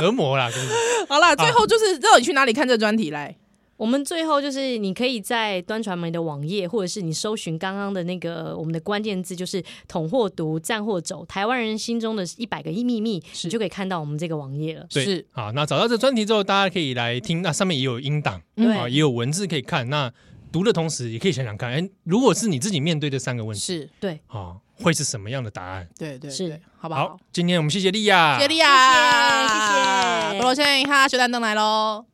B: 折磨啦，真的。
A: 好啦，最后就是到底去哪里看这专题来？
C: 我们最后就是你可以在端传媒的网页，或者是你搜寻刚刚的那个我们的关键字，就是“捅或毒，战或走”，台湾人心中的一百个一秘密，你就可以看到我们这个网页了。
B: 对
A: 是
B: 好，那找到这专题之后，大家可以来听，那上面也有音档
A: 嗯
C: 对
B: 啊，也有文字可以看。那读的同时，也可以想想看，哎、如果是你自己面对这三个问题
A: 是，
B: 啊，会是什么样的答案？
A: 对对
C: 是
A: 对，好不好
B: 啊好？，今天我们谢谢丽亚，
A: 谢谢利亚，
C: 谢谢谢谢
A: 菠萝先生，哈，学蛋灯来喽。